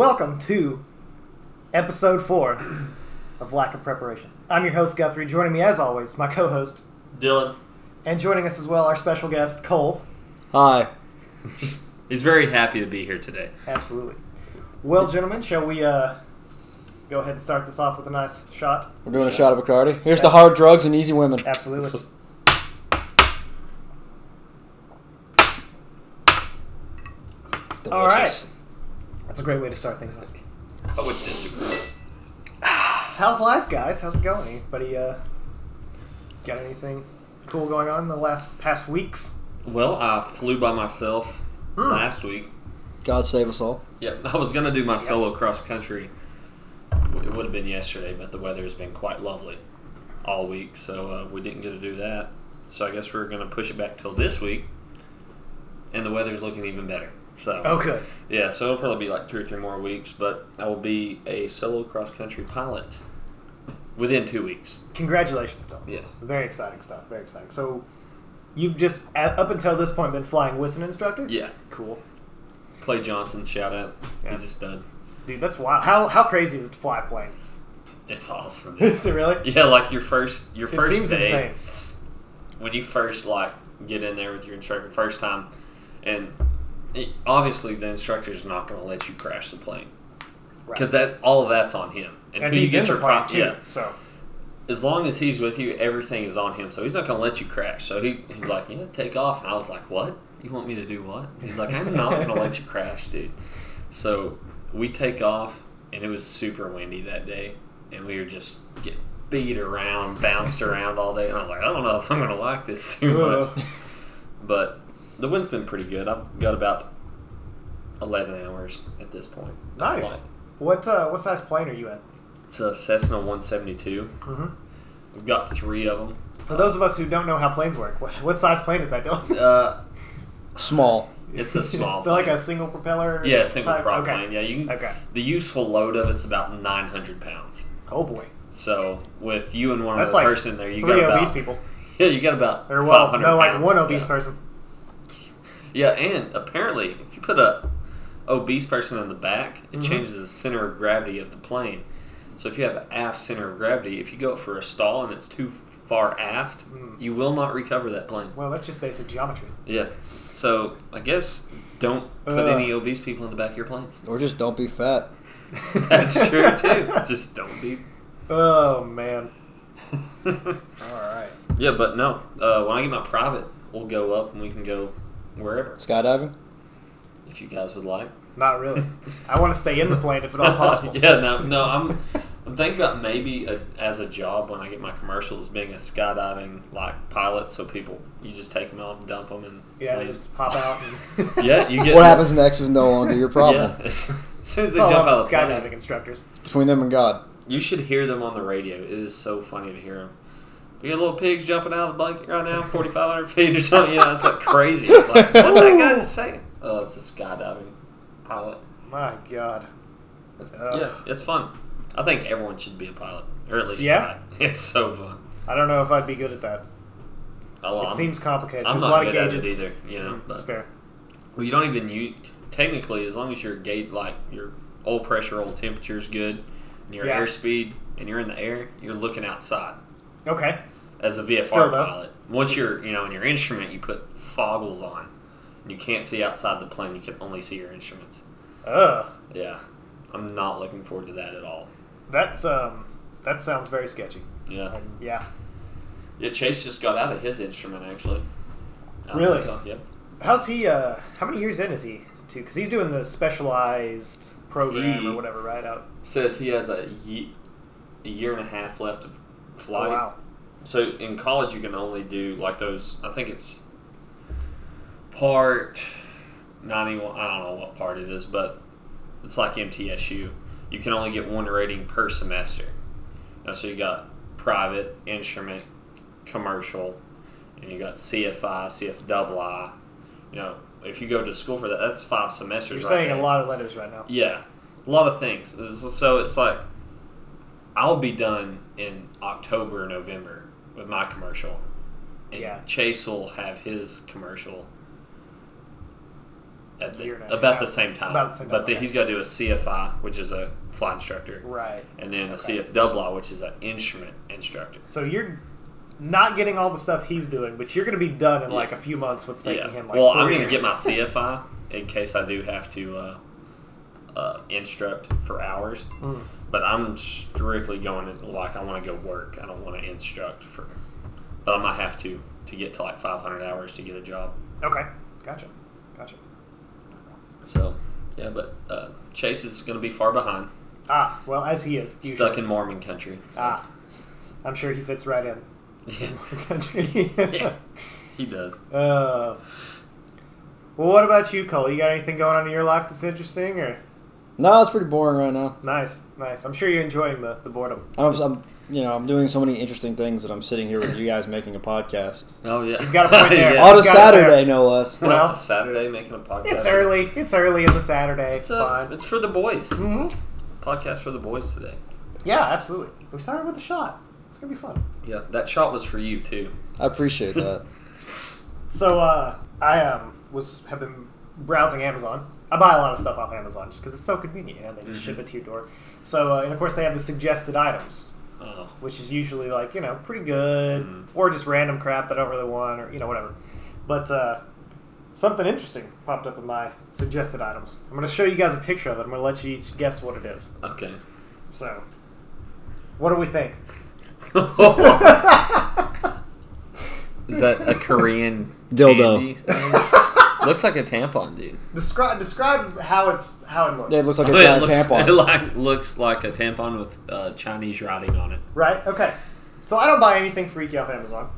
to episode four of Lack of Preparation. I'm your host, Guthrie. Joining me, as always, my co host, Dylan. and joining us as well, our special guest, Cole. Hi. He's very happy to be here today. Absolutely. Well, gentlemen, shall we uh, go ahead and start this off with a nice shot? We're doing a shot of Bacardi. Here's the hard drugs and easy women. Absolutely. All right. That's a great way to start things. Like, I would disagree. So how's life, guys? How's it going? Anybody uh, got anything cool going on in the last past weeks? Well, I flew by myself Hmm. last week. God save us all. Yep, I was gonna do my solo cross country. It would have been yesterday, but the weather has been quite lovely all week, so uh, we didn't get to do that. So I guess we're gonna push it back till this week, and the weather's looking even better. So Oh, good. yeah, so it'll probably be like two or three more weeks, but I will be a solo cross country pilot within two weeks. Congratulations, though. Yes. Very exciting stuff. Very exciting. So, you've just a- up until this point been flying with an instructor. Yeah. Cool, Clay Johnson, shout out. Yeah. He's a stud. dude. That's wild. How how crazy is it to fly a plane? It's awesome. dude. is it really? yeah, like your first your It first seems day insane. when you first like get in there with your instructor first time, and it, obviously the instructor's not going to let you crash the plane Right. because that all of that's on him until and you he's get in the your plane prop. too. Yeah, So as long as he's with you, everything is on him. So he's not going to let you crash. So he, he's like, yeah, take off. And I was like, what? You want me to do what? He's like, I'm not going to let you crash, dude. So we take off, and it was super windy that day. And we were just getting beat around, bounced around all day. And I was like, I don't know if I'm going to like this too Whoa. much. But the wind's been pretty good. I've got about 11 hours at this point. nice. What uh, what size plane are you in? It's a Cessna 172. hmm Mm-hmm. We've got three of them. For those of us who don't know how planes work, what, what size plane is that, Dylan? Uh, Small. It's a small so like a single propeller. Yeah, single type? prop okay. plane. Yeah, you can, Okay. the useful load of it's about 900 pounds. Oh boy, So with you and one that's other like person there, you got three obese about people. yeah, you got about Or well, 500 no, like pounds. one obese yeah. person. Yeah, and apparently if you put a obese person in the back, it Mhm. changes the center of gravity of the plane. So if you have aft center of gravity, if you go for a stall and it's too far aft, Mm. you will not recover that plane. Well, that's just basic geometry. Yeah. So I guess don't put Ugh. any obese people in the back of your planes. Or just don't be fat. That's true too. Just don't be. Oh man. All right. yeah, but no. Uh, when I get my private, we'll go up and we can go wherever Skydiving? if you guys would like. Not really. I want to stay in the plane if at all possible. yeah, no, no. I'm I'm thinking about maybe a, as a job when I get my commercials being a skydiving like pilot, so people you just take them off, dump them, and Yeah, they- just pop out. And yeah. You get What happens next is no longer your problem. Yeah, as soon as It's they all jump out about of the the skydiving plane, instructors. It's between them and God. you should hear them on the radio. It is so funny to hear them. You got little pigs jumping out of the blanket right now, 4,500 feet or something. Yeah, that's like crazy. It's like, what that guy saying? Oh, it's a skydiving pilot. My God. yeah, Ugh. it's fun. I think everyone should be a pilot, or at least Yeah? try. It's so fun. I don't know if I'd be good at that. I It love. seems complicated. I'm There's not a lot of good at gauges. it either. You know, Mm, That's but, fair. well, you don't even use technically as long as your gate like your oil pressure, oil temperature is good, and your Yeah. airspeed, and you're in the air, you're looking outside. Okay. as a VFR Still, though. pilot. Once you're, you know, in your instrument, you put foggles on. You can't see outside the plane. You can only see your instruments. Ugh. Yeah, I'm not looking forward to that at all. That's um. That sounds very sketchy. Yeah, And yeah. yeah. Chase just got out of his instrument actually. Out of Really? Kentucky, Yep. How's he? Uh, how many years in is he? Too, because he's doing the specialized program or He- whatever, right? Out. oh, Says he has a ye- a year and a half left of Oh, flight. wow. So in college, you can only do like those. I think it's part ninety-one. I don't know what part it is, but it's like MTSU. You can only get one rating per semester. Now, so you got private, instrument, commercial, and you got CFI, CFII. You know, if you go to school for that, that's five semesters. You're right saying there. a lot of letters right now. Yeah, a lot of things. So it's like I'll be done in October, November with my commercial, and Yeah. Chase will have his commercial at the, Year and a about the half. same time. About the same but time, then okay. he's got to do a CFI, which is a flight instructor, Right. and then a Okay. CFWI, which is an instrument instructor. So you're not getting all the stuff he's doing, but you're going to be done in like a few months. What's taking Yeah. him like well, 3 I'm going years. to get my CFI in case I do have to uh, uh, instruct for hours. Mm. But I'm strictly going in, like I want to go work. I don't want to instruct for, but I might have to to get to like 500 hours to get a job. Okay, gotcha, gotcha. So yeah, but uh, Chase is going to be far behind, Ah, well, as he is usually. stuck in Mormon country. Ah, I'm sure he fits right in. Yeah, Country. Yeah. he does. Uh, well, what about you, Cole? You got anything going on in your life that's interesting? Or No, it's pretty boring right now. nice, nice. I'm sure you're enjoying the, the boredom. I'm, I'm, you know, I'm doing so many interesting things that I'm sitting here with you guys making a podcast Oh yeah, He's got a point there. Yeah. on a He's got us there. Saturday, no less. Well- Saturday making a podcast. It's early. It's early in the Saturday. It's It's, uh, fine. it's for the boys. hmm Podcast for the boys today. Yeah, absolutely. We started with a shot. It's gonna be fun. Yeah, that shot was for you too. I appreciate that. So uh, I um, was have been browsing Amazon. I buy a lot of stuff off Amazon just because it's so convenient. You know, they just ship it to your door. So uh, and of course they have the suggested items, Oh, which is usually like you know pretty good Mhm. or just random crap that I don't really want or you know whatever. But uh, something interesting popped up in my suggested items. I'm going to show you guys a picture of it. I'm going to let you each guess what it is. okay. So, what do we think? Is that a Korean Dildo. candy thing? looks like a tampon, dude. Oh, Describe describe how it's how it looks. it looks like a it giant looks, It tampon. like, looks like a tampon with uh, Chinese writing on it. Right? Okay. So I don't buy anything freaky off Amazon.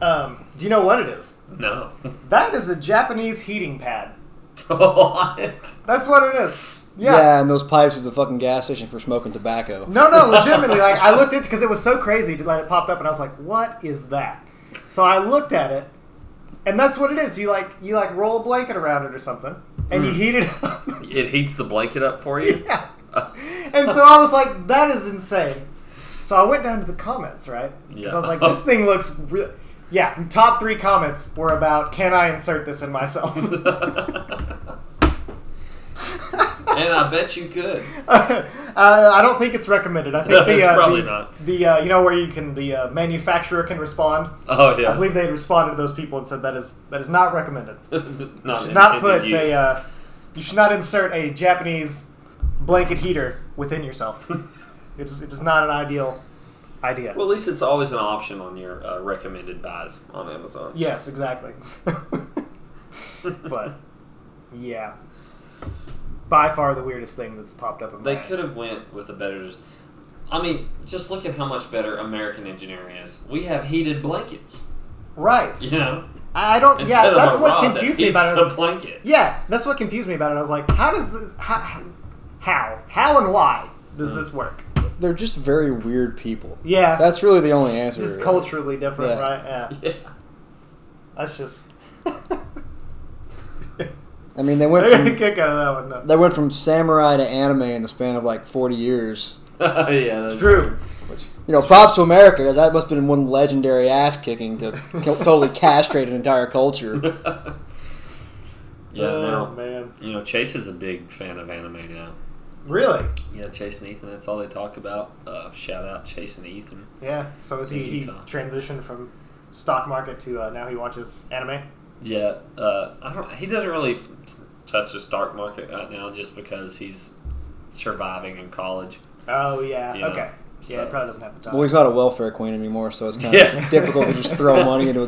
Um, do you know what it is? No. That is a Japanese heating pad. what? That's what it is. Yeah. Yeah. and those pipes is a fucking gas station for smoking tobacco. No, no, legitimately. Like I looked into because it was so crazy to let it popped up, and I was like, "What is that?" So I looked at it, and that's what it is. You like you like roll a blanket around it or something, and you heat it up. It heats the blanket up for you? yeah. Uh, And so I was like, "That is insane." So I went down to the comments, right? Because I was like, Yeah. "This thing looks real." Yeah, top three comments were about, "Can I insert this in myself?" and I bet you could. uh, I don't think it's recommended. I think the It's uh, probably the, not. the uh, you know where you can the uh, manufacturer can respond. Oh, I yeah. believe they responded to those people and said that is that is not recommended. You not should not intended put use. a uh, you should not insert a Japanese blanket heater within yourself. it, is, it is not an ideal idea. Well, at least it's always an option on your uh, recommended buys on Amazon. yes, exactly. but yeah, by far the weirdest thing that's popped up in They my could have went with a better. I mean, just look at how much better American engineering is. We have heated blankets, right. you know. I don't. Instead Yeah, of that's a what rod that confused me heats about it. I The was- blanket. Yeah, that's what confused me about it. I was like, how does this? How? How? How and why Mm. does this work? They're just very weird people. Yeah, That's really the only answer. just really. culturally different, Yeah. right? Yeah, Yeah. that's just. I mean, they I went got a from kick out of that one. No. they went from samurai to anime in the span of like 40 years. yeah. It's true. Which you know, props to America 'cause that must have been one legendary ass kicking to co- totally castrate an entire culture. yeah. oh no. man, You know, Chase is a big fan of anime now. really? Yeah, Chase and Ethan. That's all they talk about. Uh, shout out Chase and Ethan. Yeah. So is he, he Utah. transitioned from stock market to uh, now he watches anime? Yeah, uh, I don't. He doesn't really f- t- touch the stock market right now, just because he's surviving in college. Oh yeah. Yeah, Okay. Yeah, so- he probably doesn't have the time. Well, he's not a welfare queen anymore, so it's kind of Yeah. difficult to just throw money into a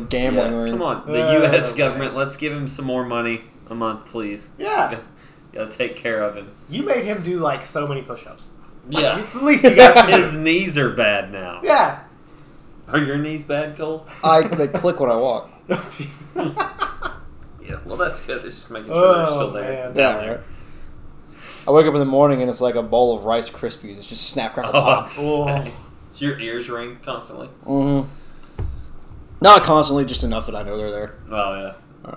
gambling Yeah, room. come on, the Uh, U.S. okay. government. Let's give him some more money a month, please. yeah, Gotta take care of him. you made him do like so many push-ups. Yeah, It's the least you guys can his do. knees are bad now. Yeah. Are your knees bad, Cole? I they click when I walk. Oh, jeez. Yeah. Well, that's good. It's just making sure they're Oh, still there. man. Down Yeah. there. I wake up in the morning and it's like a bowl of Rice Krispies. It's just snap crackle Oh, pop. Oh. Does your ears ring constantly? hmm Not constantly, just enough that I know they're there. Oh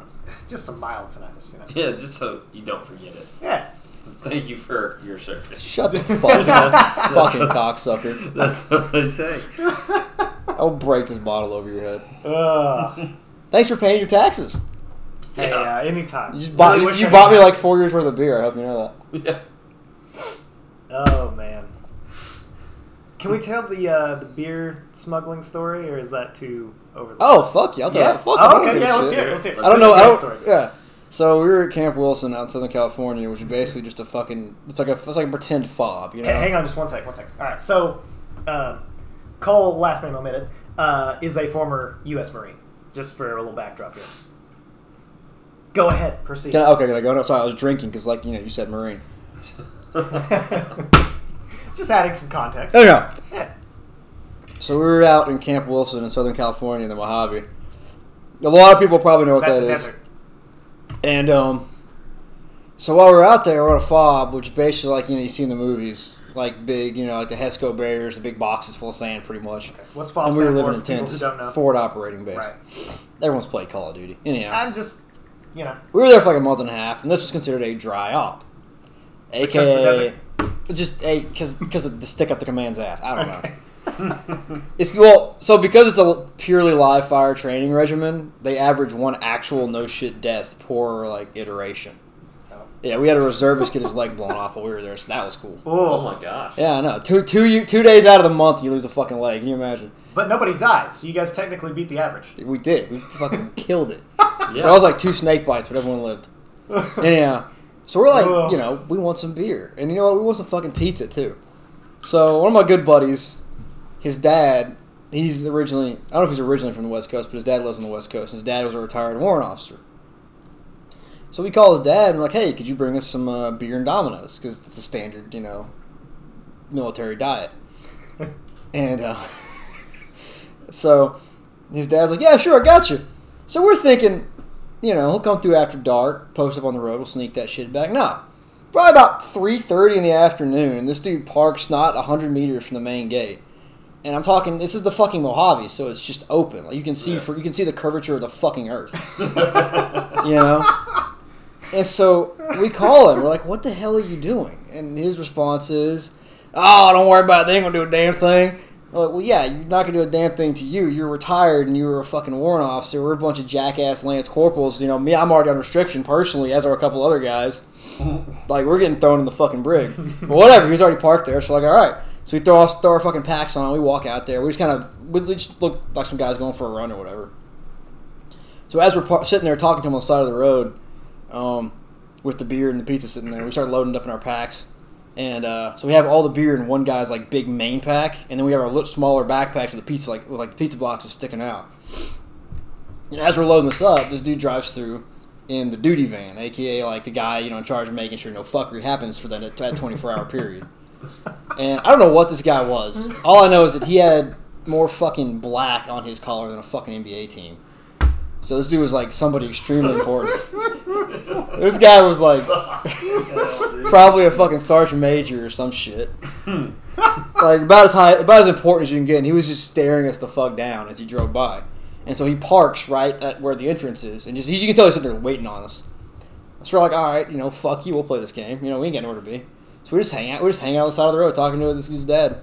Just some mild tinnitus, you know. yeah. Yeah, just so you don't forget it. Yeah. Thank you for your service. Shut the fuck up, fucking cocksucker! That's what they say. I'll break this bottle over your head. Ugh. Thanks for paying your taxes. Hey, Yeah. uh, anytime. You just Really bought wish you I bought could- me like four years worth of beer. I hope you know that. Yeah. Oh man. Can we tell the uh, the beer smuggling story, or is that too over? The Oh fuck yeah! I'll tell Yeah. that. Fuck, I Oh, don't okay, give a yeah, let's shit. hear it. Let's hear it. I don't This know. is I great don't, story. Yeah. So we were at Camp Wilson out in Southern California, which is basically just a fucking. It's like a it's like a pretend fob, you know. Hey, hang on, just one second. One second. All right. So, uh, Cole, last name omitted, uh, is a former U.S. Marine. Just for a little backdrop here. Go ahead, proceed. Can I, okay, can I go? No, sorry, I was drinking because, like you know, you said Marine. just adding some context. Anyhow, Yeah. so we were out in Camp Wilson in Southern California in the Mojave. A lot of people probably know what That's that a is. desert. And um, so while we we're out there, we're on a fob, which is basically like you know you see in the movies, like big, you know, like the Hesco barriers, the big boxes full of sand, pretty much. What's FOB And we were stand for, living in for people tents, who don't know? forward operating base. Right. Everyone's played Call of Duty. Anyhow, I'm just, you know, we were there for like a month and a half, and this was considered a dry op, aka just a because because the stick up the command's ass. I don't know. It's well, so because it's a purely live fire training regimen, they average one actual no shit death per like iteration. Oh. Yeah, we had a reservist get his leg blown off while we were there, so that was cool. Oh oh, my gosh. Yeah, I know. Two two you- two days out of the month, you lose a fucking leg. Can you imagine? but nobody died, so you guys technically beat the average. We did. We fucking killed it. There Yeah. was like two snake bites, but everyone lived. Anyhow, so we're like, Ugh. you know, we want some beer, and you know what? We want some fucking pizza too. So one of my good buddies, his dad, he's originally I don't know if he's originally from the West Coast, but his dad lives on the West Coast, and his dad was a retired warrant officer. So we call his dad and we're like, hey, could you bring us some uh, beer and Domino's because it's a standard, you know, military diet. and uh, so his dad's like, yeah, sure, I got you. So we're thinking, you know, he'll come through after dark, post up on the road, we'll sneak that shit back. No. Probably about three thirty in the afternoon, this dude parks not hundred meters from the main gate. And I'm talking this is the fucking Mojave, so it's just open. Like you can see Yeah. for you can see the curvature of the fucking earth. You know? and so we call him, we're like, What the hell are you doing? And his response is, Oh, don't worry about it, they ain't gonna do a damn thing. I'm like, well, yeah, you're not gonna do a damn thing to you. You're retired and you were a fucking warrant officer. We're a bunch of jackass lance corporals. You know, me, I'm already on restriction personally, as are a couple other guys. like, we're getting thrown in the fucking brig. but whatever, he was already parked there, so like, all right. So we throw our, throw our fucking packs on. We walk out there. We just kind of we just look like some guys going for a run or whatever. So as we're par- sitting there talking to him on the side of the road, um, with the beer and the pizza sitting there, we start loading it up in our packs. And uh, so we have all the beer in one guy's like big main pack, and then we have our little smaller backpacks with the pizza like with, like the pizza boxes sticking out. And as we're loading this up, this dude drives through in the duty van, aka like the guy you know in charge of making sure no fuckery happens for that that twenty four hour period. And I don't know what this guy was. All I know is that he had more fucking black on his collar than a fucking NBA team. So this dude was like somebody extremely important. this guy was like probably a fucking sergeant major or some shit. like about as high, about as important as you can get. And he was just staring us the fuck down as he drove by. And so he parks right at where the entrance is, and just you can tell he's sitting there waiting on us. So we're like, all right, you know, fuck you, we'll play this game. You know, we ain't got nowhere to be. So we just hang out. We just hang out on the side of the road talking to this dude's dad.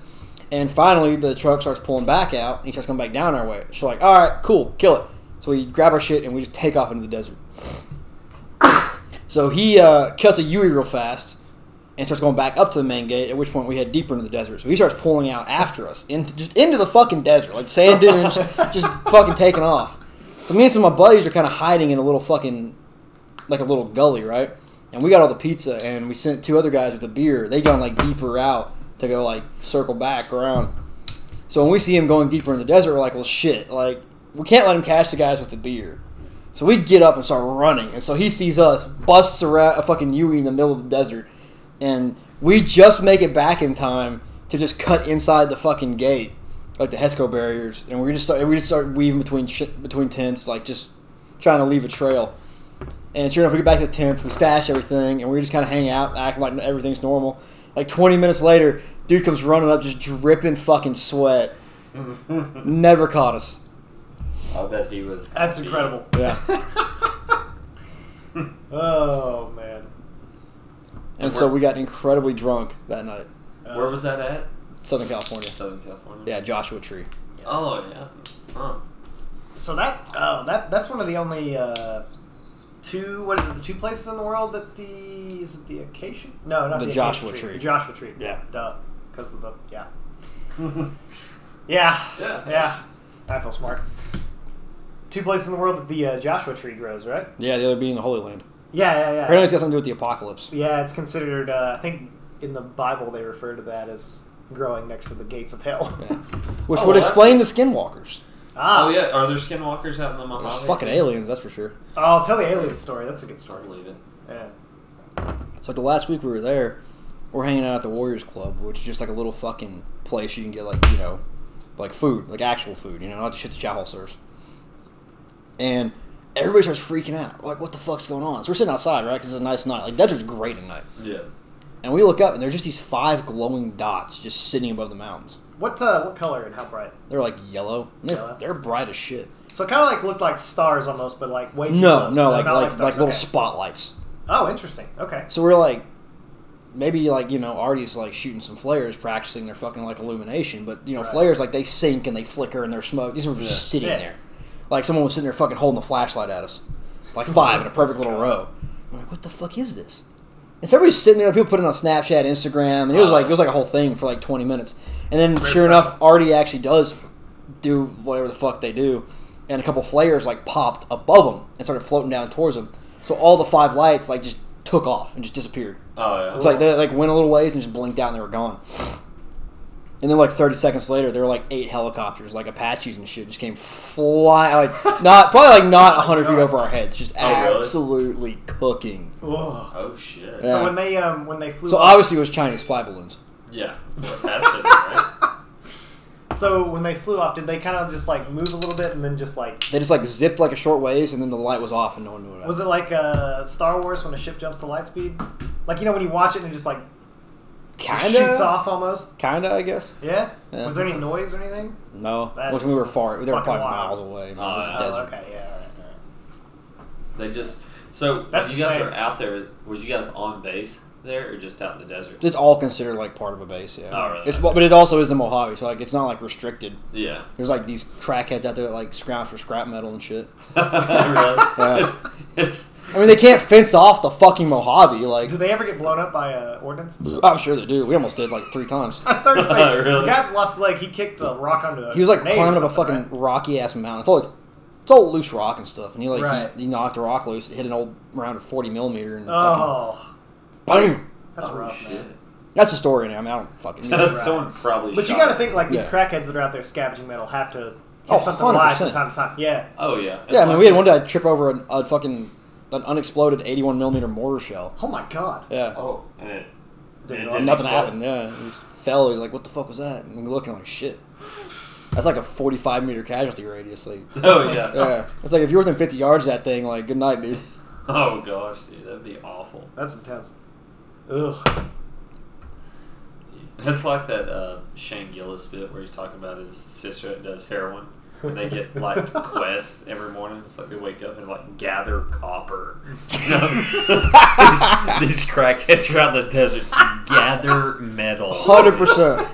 And finally, the truck starts pulling back out, and he starts coming back down our way. So we're like, all right, cool, kill it. So we grab our shit and we just take off into the desert. So he uh, cuts a Yui real fast and starts going back up to the main gate. At which point we head deeper into the desert. So he starts pulling out after us, into just into the fucking desert, like sand dunes, just fucking taking off. So me and some of my buddies are kind of hiding in a little fucking like a little gully, right? And we got all the pizza, and we sent two other guys with the beer. They gone like deeper out to go like circle back around. So when we see him going deeper in the desert, we're like, well, shit, like we can't let him catch the guys with the beer. So we get up and start running, and so he sees us, busts around a fucking Yui in the middle of the desert, and we just make it back in time to just cut inside the fucking gate, like the Hesco barriers, and we just start, we just start weaving between sh- between tents, like just trying to leave a trail. And sure enough, we get back to the tents, we stash everything, and we just kind of hang out, acting like everything's normal. Like 20 minutes later, dude comes running up, just dripping fucking sweat. Never caught us. I bet he was. That's happy. incredible. Yeah. Oh man. And so we got incredibly drunk that night. Uh, Where was that at? Southern California. Southern California. Yeah, Joshua Tree. Oh yeah. Huh. So that oh that that's one of the only uh, two what is it the two places in the world that the is it the acacia no not The the, acacia Joshua tree, tree. the Joshua tree Yeah. duh because of the yeah yeah Yeah. yeah I feel smart two places in the world that the uh, Joshua tree grows right Yeah, the other being the Holy Land. yeah yeah yeah Apparently, it's got something to do with the apocalypse. yeah it's considered uh, I think in the Bible they refer to that as growing next to the gates of hell Yeah. Which Oh, would well, that's- explain the skinwalkers. ah Oh yeah, are there skinwalkers out in the Mojave? There's fucking aliens, that's for sure. oh tell the alien story that's a good I story believe it. yeah So like the last week we were there, we're hanging out at the Warriors Club, which is just like a little fucking place you can get like you know, like food, like actual food, you know, not the shit the chow hall serves. And everybody starts freaking out, like what the fuck's going on? So we're sitting outside, right? Because it's a nice night. Like desert's great at night. Yeah. And we look up, and there's just these five glowing dots just sitting above the mountains. what uh, what color and how bright They're like yellow. And They're, Yellow? they're bright as shit. So it kind of like looked like stars almost, but like way too No, close. no, like not like like, stars. little Okay. spotlights. Oh, interesting. Okay. So we're like, maybe like you know, Artie's like shooting some flares, practicing their fucking like illumination. But you know, Right. flares like they sink and they flicker and they're smoke. These were just Yeah. sitting Yeah. there, like someone was sitting there fucking holding the flashlight at us, like Oh five in a perfect little row. I'm like, what the fuck is this? And so everybody's sitting there. People putting on Snapchat, Instagram, and it was Uh, like it was like a whole thing for like 20 minutes. And then sure enough, Artie actually does do whatever the fuck they do, and a couple flares like popped above them and started floating down towards them. So all the five lights like just took off and just disappeared. Oh yeah. It's like they like went a little ways and just blinked out and they were gone. And then like 30 seconds later, there were like eight helicopters, like Apaches and shit, just came flying, like not probably like not 100 feet over our heads, just Oh, really? absolutely cooking. Ugh. oh shit. So Yeah. when they um when they flew, So up, obviously it was Chinese spy balloons. Yeah. That's it, right? so when they flew off, did they kind of just like move a little bit and then just like They just like zipped like a short ways, and then the light was off, and no one knew it. was it like uh, Star Wars when a ship jumps to light speed? Like you know when you watch it and it just like kind shoots of, off almost. kind of, I guess. Yeah? Yeah. Was there any noise or anything? No, That's Look, we were far. They were fucking probably wild. miles away. Man. Oh, it was yeah. desert. Oh, okay. Yeah. all right, all right. They just so That's you guys insane. are out there. Was you guys on base there or just out in the desert? It's all considered like part of a base. Yeah. Oh, really? It's but it also is the Mojave, so like it's not like restricted. Yeah. There's like these crackheads out there that like scrounge for scrap metal and shit. really? Yeah. It's I mean, they can't fence off the fucking Mojave. Like, Do they ever get blown up by uh, ordnance? I'm sure they do. We almost did like three times. I started saying Really? the guy that lost a leg. He kicked a rock onto a. He was like grenade or climbing up a something, fucking rocky ass mountain. It's all like, it's all loose rock and stuff. And he like Right. he, he knocked a rock loose, it hit an old round of 40 millimeter, and Right? Oh, fucking bam. that's oh, rough. Man. shit. That's the story. Now. I mean, I don't fucking. You know. Right. Someone probably. But you shot got to it. think like these Yeah. crackheads that are out there scavenging metal have to hit Oh, something alive from 100%. time to time. Yeah, Oh yeah. It's yeah, I mean, like- we had one guy trip over an, a fucking an unexploded 81 millimeter mortar shell. Oh my god. Yeah. Oh, and it, Dude, it no, didn't Nothing explode. happened. Yeah, he just fell. He's like, "What the fuck was that?" And we're looking like, "Shit." That's like a forty-five meter casualty radius. Like, Oh yeah. yeah, it's like if you're within fifty yards of that thing, like, good night, dude. Oh gosh, dude, that'd be awful. That's intense. Ugh. Jeez. That's like that uh, Shane Gillis bit where he's talking about his sister that does heroin. And they get like quests every morning. It's like they wake up and like gather copper. You know? these, these crackheads are out in the desert. Gather metal. Hundred percent.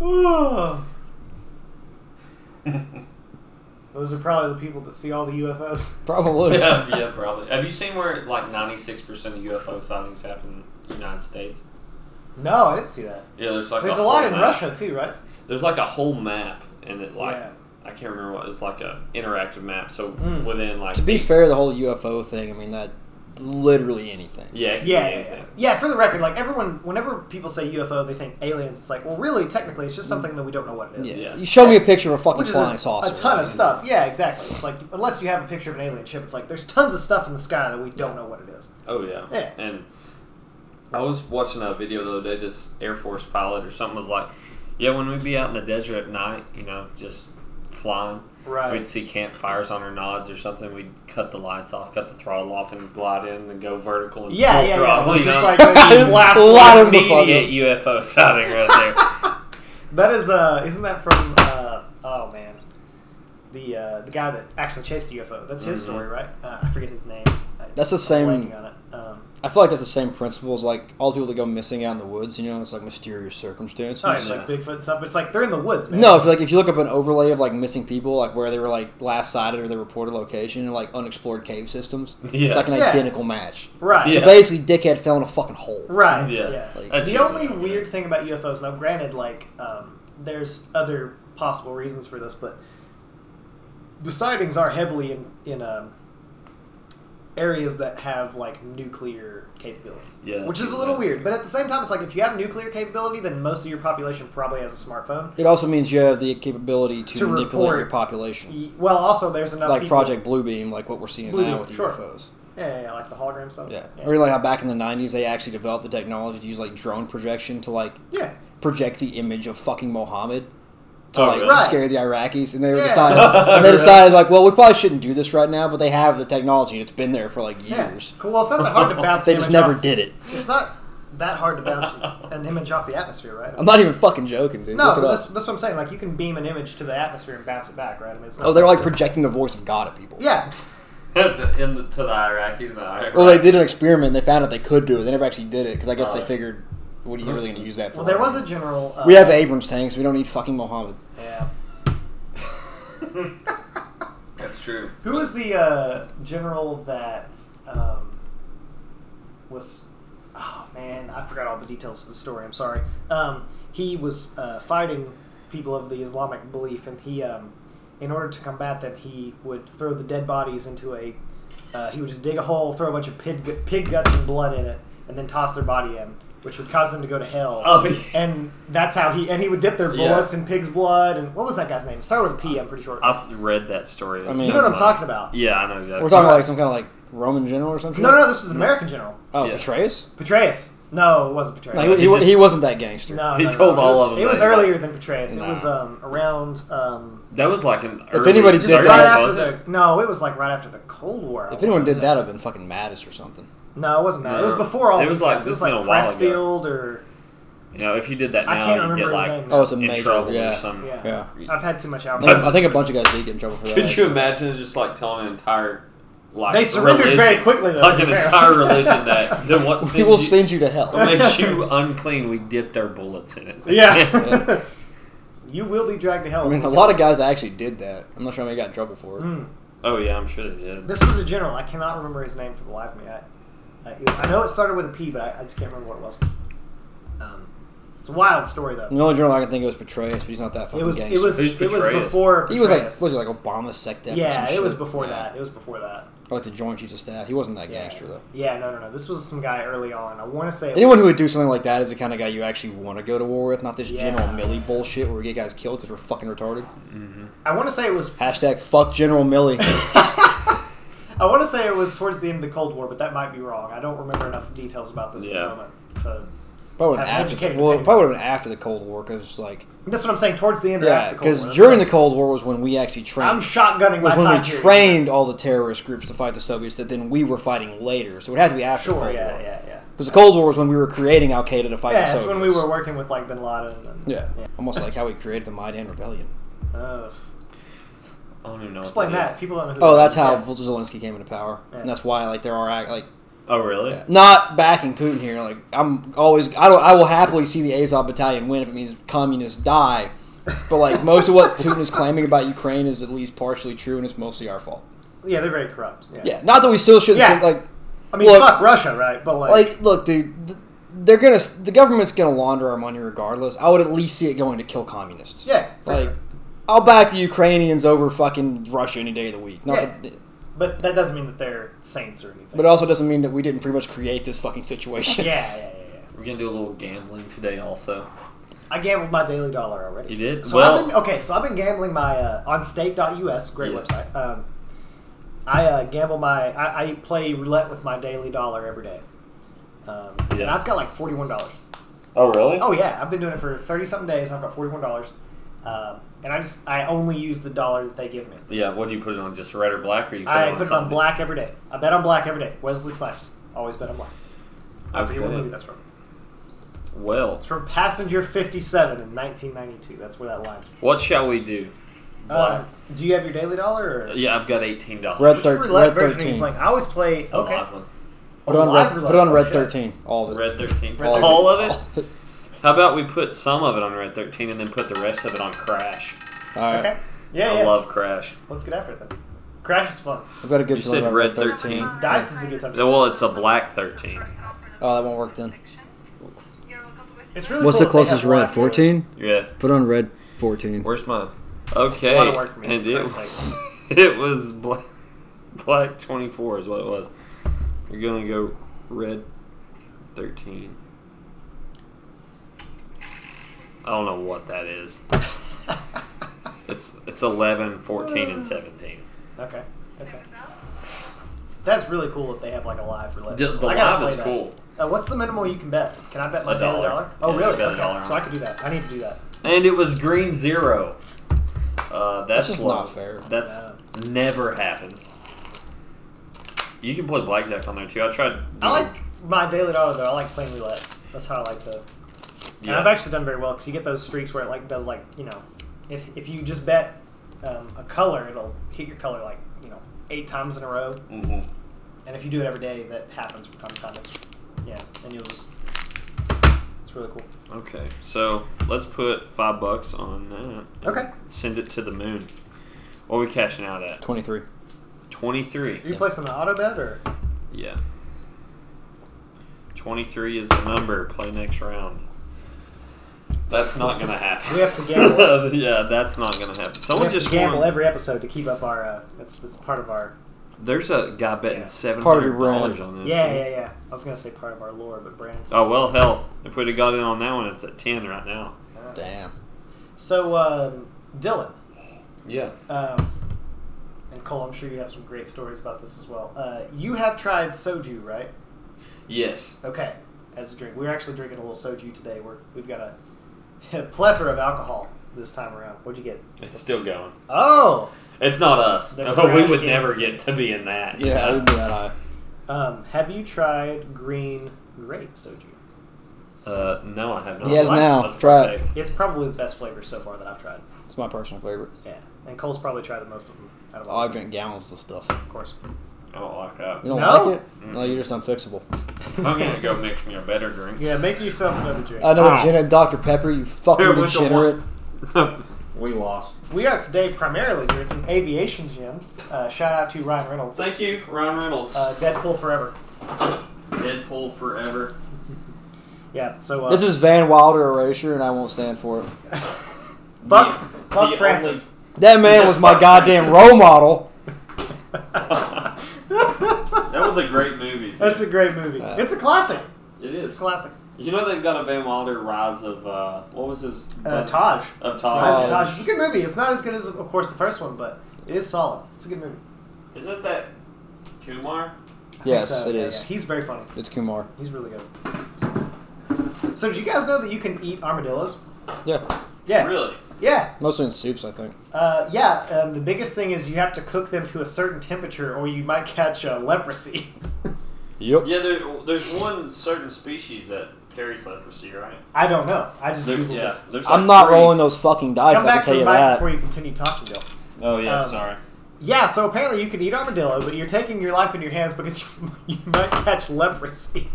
Ugh. Those are probably the people that see all the UFOs. Probably. Yeah, yeah, probably. Have you seen where like ninety six percent of UFO sightings happen in the United States? No, I didn't see that. Yeah, there's like There's a whole lot in map. Russia too, right? There's like a whole map, and it like Yeah. I can't remember what it's like a interactive map. So Mm. within like To be eight- fair, the whole UFO thing. I mean, that literally anything. yeah, it could be Yeah, yeah, yeah. anything. Yeah, For the record, like everyone, whenever people say UFO, they think aliens. It's like, well, really, technically, it's just something that we don't know what it is. Yeah. Yeah. You show me a picture of a fucking Which is flying a, saucer. a ton like, of stuff. Yeah, exactly. It's like unless you have a picture of an alien ship, it's like there's tons of stuff in the sky that we don't know what it is. Oh yeah. Yeah. And I was watching a video the other day. This Air Force pilot or something was like, "Yeah, when we'd be out in the desert at night, you know, just flying, Right. we'd see campfires on our nods or something. We'd cut the lights off, cut the throttle off, and glide in and go vertical and Yeah, full yeah, throttle. yeah. you Just know? like a blast. A lot That's of the fuck immediate UFO sighting right there. That is, uh, isn't that from? Uh, oh man, the uh, the guy that actually chased the UFO. That's his Mhm. story, right? Uh, I forget his name. I- Mm-hmm. That's the I'm same- blanking on it. Um, I feel like that's the same principle as like all the people that go missing out in the woods. You know, it's like mysterious circumstances. Oh, it's like Bigfoot and stuff. but It's like they're in the woods, man. No, if you like if you look up an overlay of like missing people, like where they were like last sighted or their reported location, and like unexplored cave systems, Yeah. it's like an Yeah. identical match. right, Yeah. So basically, dickhead fell in a fucking hole. right, Yeah. yeah. Like- That's the just- only weird thing about UFOs, now, granted, like um, there's other possible reasons for this, but the sightings are heavily in in um, areas that have like nuclear capability. Yeah, which is a that's- little weird, but at the same time, it's like if you have nuclear capability, then most of your population probably has a smartphone. It also means you have the capability to, To manipulate report. your population, Y- Well, also there's enough like people- Project Bluebeam, like what we're seeing Bluebeam, now with the sure. UFOs. Yeah, yeah, yeah, like the hologram stuff. Yeah. yeah. Or like how back in the '90s, they actually developed the technology to use like drone projection to like Yeah. project the image of fucking Mohammed to Oh, like really? scare the Iraqis, and they were Yeah. decided and they decided like, well, we probably shouldn't do this right now, but they have the technology and it's been there for like Yeah. years. Cool. Well, it's not that hard to bounce. They an just image never off- did it. It's not that hard to bounce an image off the atmosphere, right? I'm not even fucking joking, dude. no, Look it but up. that's, that's what I'm saying. Like you can beam an image to the atmosphere and bounce it back, right? I mean, it's not Oh, they're like projecting the voice of God at people. yeah, in the, to the Iraqis and the Iraqis. Well, they did an experiment. and They found out they could do it. They never actually did it because I guess Oh, they yeah. figured, what are you really going to use that for? Well, there was a general. Uh, We have Abrams tanks. We don't need fucking Mohammed. Yeah. That's true. Who was the uh, general that um, was? Oh man, I forgot all the details of the story. I'm sorry. Um, he was uh, fighting people of the Islamic belief, and he, um, in order to combat them, he would throw the dead bodies into a. Uh, he would just dig a hole, throw a bunch of pig, gu- pig guts and blood in it, and then toss their body in, which would cause them to go to hell. Oh, yeah. And that's how he and he would dip their Yeah. bullets in pig's blood. And what was that guy's name? It started with a P. I'm pretty sure. I s- read that story. I mean- you know what I'm talking about? Yeah, I know exactly. We're talking about like some kind of like Roman general or something. No, no, this was an American general. Oh, Yeah. Petraeus. Petraeus. No, it wasn't Petraeus. No, No, he, no, he, he wa- just- he wasn't that gangster. He no, told no. it all of was, them It was that. earlier than Petraeus. Nah. It was um, around. Um, That was like an. If anybody just did right that- after was the. No, it was like right after the Cold War. I If anyone want. did that, I'd have been fucking Mattis or something. No, it wasn't that. It was No. before all It was these like- guys. It this was has like been a while ago. Pressfield or. You know, if you did that I now, can't you'd remember get his like name. Oh, it's a in major. trouble or yeah. something. Yeah. Yeah. I've had too much I think, I alcohol. think a bunch of guys did get in trouble for that. Could you imagine just like telling an entire like They surrendered religion- very quickly, though, like to an be fair. entire religion that then what we will sends you- send you to hell. what makes you unclean? We dipped our bullets in it. yeah. you will be dragged to hell. I mean, a lot of guys actually did that. I'm not sure how many got in trouble for it. Mm. oh yeah, I'm sure they did. This was a general. I cannot remember his name for the life of me. I, I, it- I know it started with a P, but I, I just can't remember what it was. Um, it's a wild story, though. The only journal I can think of is Petraeus, but he's not that fucking It was it gangster. was Who's it was Petraeus? before he was like, Petraeus. what was he like Obama's sect? dep or yeah, some it was shit? before Yeah. that. It was before that. Or like the Joint Chiefs of Staff. He wasn't that Yeah. gangster though. Yeah, no, no, no. This was some guy early on. I want to say it Anyone was- who would do something like that is the kind of guy you actually want to go to war with, not this Yeah. General Millie bullshit where we get guys killed because we're fucking retarded. Mm-hmm. I want to say it was Hashtag fuck General Millie. I want to say it was towards the end of the Cold War, but that might be wrong. I don't remember enough details about this at Yeah. the moment. To, probably would've Have an after. educated Well, it opinion. probably would've been after the Cold War because like that's what I'm saying. Towards the end, or yeah, after the Cold War. because That's during the what Cold War was when we actually trained. I'm I'm shotgunning my was when time we period. trained all the terrorist groups to fight the Soviets that then we were fighting later. So it had to be after the Sure, Cold yeah, War. yeah, yeah. Because the Cold War was when we were creating Al Qaeda to fight Yeah, the that's Soviets. when we were working with like Bin Laden. And, Yeah. almost like how we created the Maidan Rebellion. Oh. I don't even know. what explain that is. that. People don't know. Who Oh, that that's is. how Yeah. Zelensky came into power, Yeah. and that's why like there are act- like Oh really? not backing Putin here. Like I'm always I don't I will happily see the Azov Battalion win if it means communists die, but like most of what Putin is claiming about Ukraine is at least partially true, and it's mostly our fault. Yeah, they're very corrupt. Yeah. Yeah, not that we still shouldn't Yeah. send, like I mean, Look- fuck Russia, right? But like, like look, dude. th- They're gonna. The government's gonna launder our money regardless. I would at least see it going to kill communists. yeah, for Like, sure. I'll back the Ukrainians over fucking Russia any day of the week. Not Yeah. that, but that doesn't mean that they're saints or anything. but it also doesn't mean that we didn't pretty much create this fucking yeah, situation. yeah, yeah, yeah. We're gonna do a little gambling today, also. I gambled my daily dollar already. You did? So Well- I've been, okay, so I've been gambling my uh, on stake.us, great Yeah. website. Um, I uh, gamble my I, I play roulette with my daily dollar every day. Um, And Yeah. I've got like forty one dollars. Oh really? Oh yeah, I've been doing it for thirty something days. I've got forty one dollars, um, and I just I only use the dollar that they give me. Yeah. What do you put it on? Just red or black? Or you put I it on put it on something? black every day. I bet on black every day. Wesley Snipes always bet on black. I forget what Okay. movie that's from. Well, It's from Passenger Fifty Seven in nineteen ninety two. That's where that line's from. what shall we do? Black. Um, do you have your daily dollar? Or? yeah, I've got eighteen dollars. Red Which thir- roulette red version are you thirteen. playing? I always play. The Okay. live one. Put it on live red. roulette. Put it on Oh, red shit. thirteen. All of it. Red 13. Red All of 13. it? How about we put some of it on Red 13 and then put the rest of it on Crash? All right. Okay. Yeah, I yeah. love Crash. Let's get after it then. Crash is fun. I've got a good You feeling said about red 13. red thirteen. Dice is a good time. To Well, it's a black 13. Oh, that won't work then. It's really What's cool that the they closest have red? live roulette. Fourteen. Yeah. Put on red fourteen. Where's my. It's a Okay. lot of work for me. And for a it, second. it was black, black 24 is what it was. We're going to go red 13. I don't know what that is. It's it's 11, 14, Uh. and 17. okay. Okay. That's really cool that they have like a live roulette. The, the I gotta play live is that. cool. Uh, what's the minimal you can bet? Can I bet my A daily dollar. Oh, Yeah, really? bet a Okay. dollar on So I it. could do that. I need to do that. And it was green zero. Uh, that's, That's just low. not fair. That's never happens. You can play blackjack on there too. I tried. I like my daily dollar though. I like playing roulette. That's how I like to. And Yeah. I've actually done very well because you get those streaks where it like does like you know, if, if you just bet um, a color, it'll hit your color like you know eight times in a row. Mhm. And if you do it every day, that happens from time to time. It's, yeah, and you'll just it's really cool. Okay, so let's put five bucks on that. and Okay. Send it to the moon. What are we cashing out at? Twenty three. Twenty Are you three. Yeah. placing an auto bet or? Yeah. Twenty three is the number. Play next round. That's not gonna happen. We have to gamble. yeah, that's not gonna happen. We Someone have just to gamble won. every episode to keep up our. Uh, that's that's part of our. There's a guy betting Yeah. seven Part of your hundred dollars brand. on this. Yeah, yeah, yeah. I was gonna say part of our lore, but brands. Mm-hmm. Oh well, hell. If we'd have got in on that one, it's at ten right now. Damn. So um, Dylan Yeah. um, and Cole, I'm sure you have some great stories about this as well. Uh, you have tried soju, right? Yes. Okay, as a drink, we're actually drinking a little soju today. We're we've got a plethora of alcohol this time around. What'd you get? It's still going. Oh, It's not us. The we crash would game. never get to be in that. you Yeah, I know? didn't do that high. um, have you tried green grape soju? Uh, no, I have not. He has Let's- now. let's Try it. partake. It's probably the best flavor so far that I've tried. It's my personal favorite. Yeah, and Cole's probably tried the most of them out of Oh, all. I of us, drink gallons of stuff. of course. I don't like that. You don't No? like it? No, you're just unfixable. I'm gonna go mix me a better drink. Yeah, make yourself another drink. Another Ow. gin and Dr. Pepper, you fucking Here, with the degenerate. one- we lost. We are today primarily drinking Aviation Gin. Uh, shout out to Ryan Reynolds. Thank you, Ryan Reynolds. Uh, Deadpool Forever. Deadpool forever. Yeah, so. Uh, This is Van Wilder erasure, and I won't stand for it. Fuck, The- the fuck only- Francis. That man was my fuck goddamn Francis. role model. that was a great movie. dude. That's a great movie. Uh, it's a classic. it It's a is. classic. You know they've got a Van Wilder Rise of uh, what was his Uh, Taj. of Rise Taj? of Taj. It's a good movie. It's not as good as, of course, the first one, but it is solid. It's a good movie. Is it that Kumar? I think Yes, so. it Yeah, is. yeah. He's very funny. It's Kumar. He's really good. So, did you guys know that you can eat armadillos? Yeah, Yeah. Really? Yeah. mostly in soups, I think. Uh, yeah, um, the biggest thing is you have to cook them to a certain temperature, or you might catch uh, leprosy. Yep. Yeah, there, there's one certain species that carries leprosy, right? I don't know. I just There- googled yeah, it. there's I'm like not three. rolling those fucking dice. Come I back can to tell the you mic that. before you continue talking, Bill. Oh yeah, Um, sorry. Yeah, so apparently you can eat armadillo, but you're taking your life in your hands because you, you might catch leprosy,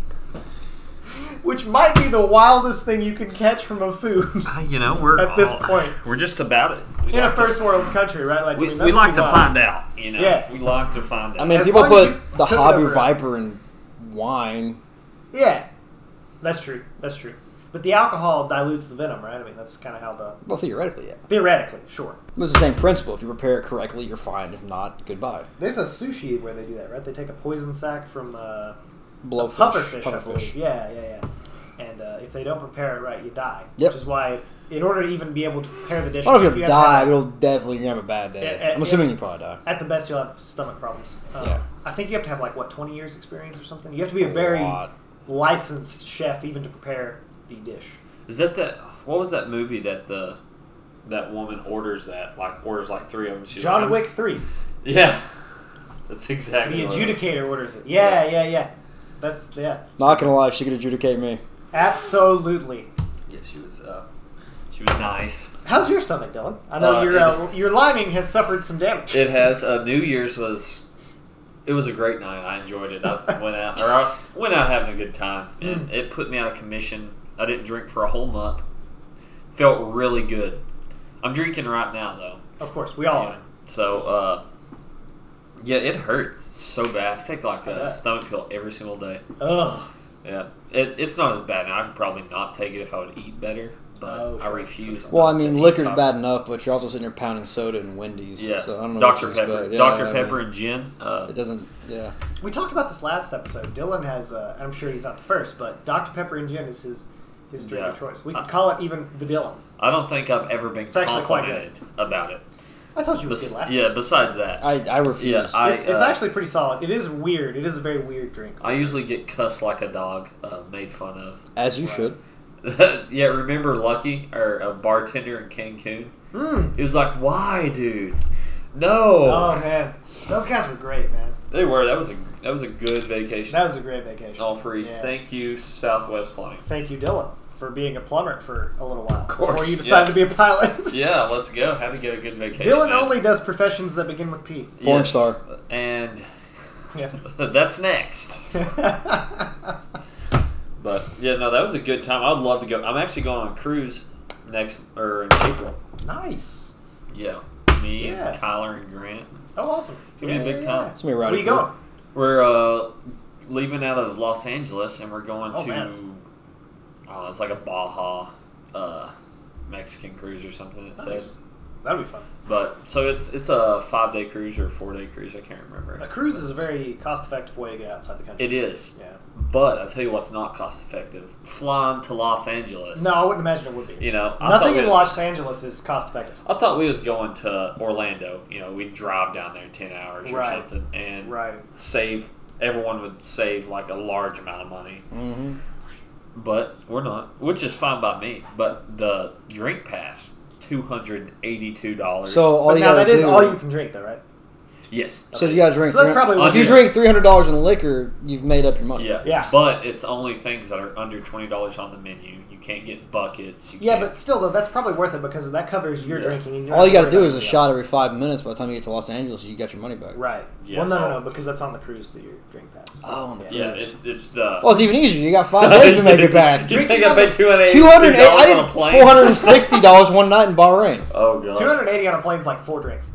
which might be the wildest thing you can catch from a food Uh, you know, we're at this point we're just about it. We in a like to- first world country, right? Like I we, mean, we that's like what to want. find out. You know, Yeah. we like to find out. I mean, As people long as put you the cook it hobby over- viper in wine. Yeah, that's true. That's true. But the alcohol dilutes the venom, right? I mean, that's kind of how the Well, theoretically, yeah. theoretically, sure. It was the same principle. If you prepare it correctly, you're fine. If not, goodbye. There's a sushi where they do that, right? They take a poison sack from uh, Blowfish. pufferfish, I pufferfish. believe. Yeah, yeah, yeah. And uh, if they don't prepare it right, you die. Yep. Which is why, if, in order to even be able to prepare the dish, I don't know if you you'll have to die, have- but you'll definitely you're gonna have a bad day. Yeah, uh, I'm assuming yeah. you probably die. at the best, you'll have stomach problems. Um, Yeah. I think you have to have like what 20 years experience or something. You have to be a very lot. licensed chef even to prepare the dish. is that that? What was that movie that the that woman orders that like orders like three of them? She's John like, Wick Three, Yeah, that's exactly. the what it is. adjudicator orders it. Yeah, yeah, yeah. That's yeah, Not gonna lie, she could adjudicate me. absolutely. Yeah, she was. Uh, she was nice. How's your stomach, Dylan? I know Uh, your it- uh, your lining has suffered some damage. It has. Uh, New Year's was it was a great night. I enjoyed it. I went out, or I went out having a good time, Hmm. and it put me out of commission. I didn't drink for a whole month. Felt really good. I'm drinking right now though. Of course, we all are. So, uh, yeah, it hurts so bad. I take like I a bet. stomach pill every single day. Ugh. Yeah, it, it's not as bad now. I could probably not take it if I would eat better, but Oh, I sure, refuse. sure. Well, I not to mean, eat liquor's proper- bad enough, but you're also sitting there pounding soda and Wendy's. Yeah, So I don't know. what Dr to Pepper, expect. Yeah, Dr I mean, Pepper and gin. Uh, It doesn't. Yeah. We talked about this last episode. Dylan has, uh, I'm sure he's not the first, but Dr. Pepper and gin is his, his drink Yeah. of choice. We could Uh, call it even the Dylan. I don't think I've ever been It's actually quite complimented about it. I told you we Bes- did last yeah, episode. besides that, I, I refuse. yeah, I, it's, it's uh, actually pretty solid. It is weird. It is a very weird drink. I usually get cussed like a dog, uh, made fun of. As you Right. should. yeah, remember Lucky, our a bartender in Cancun? Mm. He was like, "Why, dude? No." Oh, man. Those guys were great, man. They were. That was a that was a good vacation. That was a great vacation. All free. Yeah. Thank you, Southwest Plumbing. Thank you, Dylan, for being a plumber for a little while. Of course, Before you yeah. decided to be a pilot. Yeah, let's go. How to get a good vacation? Dylan man. only does professions that begin with P. Porn star. And Yeah. that's next. But yeah, no, that was a good time. I'd love to go. I'm actually going on a cruise next or in April. nice. Yeah, me Yeah. and Kyler and Grant. Oh, awesome. It's gonna be a big time. It's gonna be Where right. are you going? We're uh, leaving out of Los Angeles and we're going Oh, to. man. Oh, it's like a Baja uh, Mexican cruise or something. It says. Nice. That'll be fun. But so it's it's a five day cruise or a four day cruise. I can't remember. A cruise is a very cost-effective way to get outside the country. It is, Yeah. but I tell you what's not cost effective: flying to Los Angeles. No, I wouldn't imagine it would be. you know, I Nothing thought in we- Los Angeles is cost-effective. I thought we was going to Orlando. You know, we'd drive down there ten hours or Right. something, and Right. save. Everyone would save like a large amount of money, Mm-hmm. but we're not, which is fine by me. But the drink pass, two hundred eighty-two dollars. So all but you now gotta that is do. all you can drink, though, right? yes, so you gotta drink. So that's three- probably what if you it is. drink three hundred dollars in liquor, you've made up your money. yeah, Yeah. But it's only things that are under twenty dollars on the menu. You can't get buckets. You Yeah, can't, but still, though, that's probably worth it because that covers your Yeah. drinking. And you're All not you gotta do worried is a about shot every five minutes. By the time you get to Los Angeles, you got your money back. anything else. Right. Yeah. well, no, no, no, because that's on the cruise that your drink pass. Oh, on the Yeah. yeah, it, it's the. Well, it's even easier. You got five days to make it back. you think I paid two hundred eighty Two hundred. I dollars on a did plane? four hundred and sixty dollars one night in Bahrain. Oh god. Two hundred eighty on a plane's like four drinks.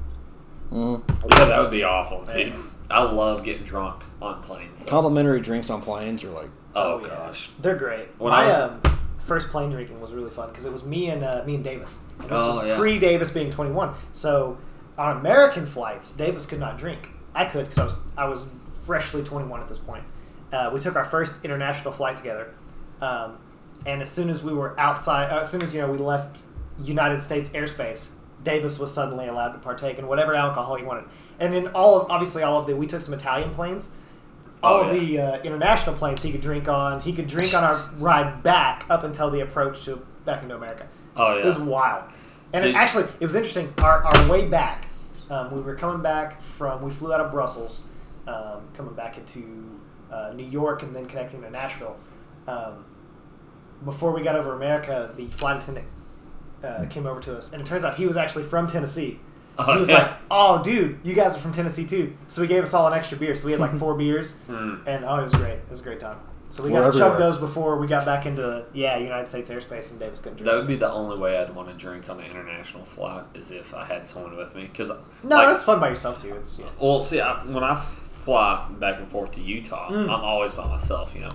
Mm. Yeah, that would be awful, dude. Yeah. I love getting drunk on planes. Oh, Complimentary drinks on planes are like Oh, yeah. gosh. they're great. When I My was- um, first plane drinking was really fun because it was me and uh, me and Davis. And this Oh, was yeah. pre Davis being twenty one, so on American flights, Davis could not drink. I could because I was I was freshly twenty one at this point. Uh, we took our first international flight together, um, and as soon as we were outside, uh, as soon as you know we left United States airspace, Davis was suddenly allowed to partake in whatever alcohol he wanted. And then all of obviously all of the we took some Italian planes, all Oh, of the uh, international planes he could drink on. He could drink on our ride back up until the approach to back into America. Oh This is yeah. wild. And it- Did- actually, it was interesting. Our, our way back, um, we were coming back from, we flew out of Brussels, um, coming back into uh, New York and then connecting to Nashville. Um, before we got over America, the flight attendant uh, came over to us, and it turns out he was actually from Tennessee. Hmm. Oh, he was yeah. like, "Oh, dude, you guys are from Tennessee too." So he gave us all an extra beer. So we had like four beers, Mm. and oh, it was great. It was a great time. So we We're got to everywhere. chug those before we got back into yeah United States airspace, and Davis couldn't drink. That would be the only way I'd want to drink on an international flight is if I had someone with me. Cause No, like, that's fun by yourself too. It's yeah. Well, see, I, when I f- fly back and forth to Utah, Mm. I'm always by myself, you know.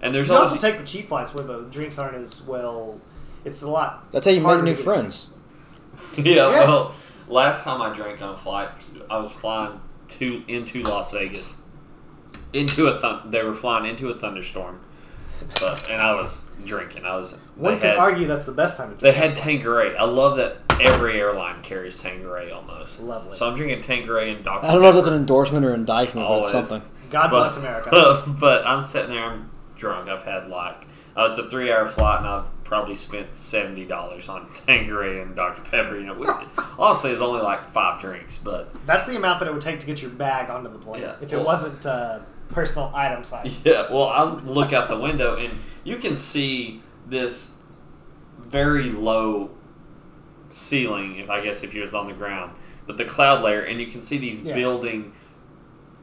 And there's You can always also take the cheap flights where the drinks aren't as well. It's a lot. that's how you harder make new to get friends. yeah, Yeah. Well, last time I drank on a flight, I was flying to into Las Vegas. Into a thun- they were flying into a thunderstorm, but, and I was drinking. I was. One they could had- argue that's the best time to They drink. had Tanqueray. I love that every airline carries Tanqueray almost. Lovely. So I'm drinking Tanqueray and Dr. I don't know if that's an Pepper. endorsement or indictment, but it's Always. something. God But- bless America. but I'm sitting there, I'm drunk. I've had like, uh, it's a three hour flight, and I've probably spent $70 on Tanqueray and Dr. Pepper. You know, which honestly is only like five drinks, but That's the amount that it would take to get your bag onto the plane. Yeah, if it well- wasn't uh, personal item size. yeah. Well, I look out the window, and you can see this very low ceiling, if I guess if you was on the ground, but the cloud layer, and you can see these Yeah. building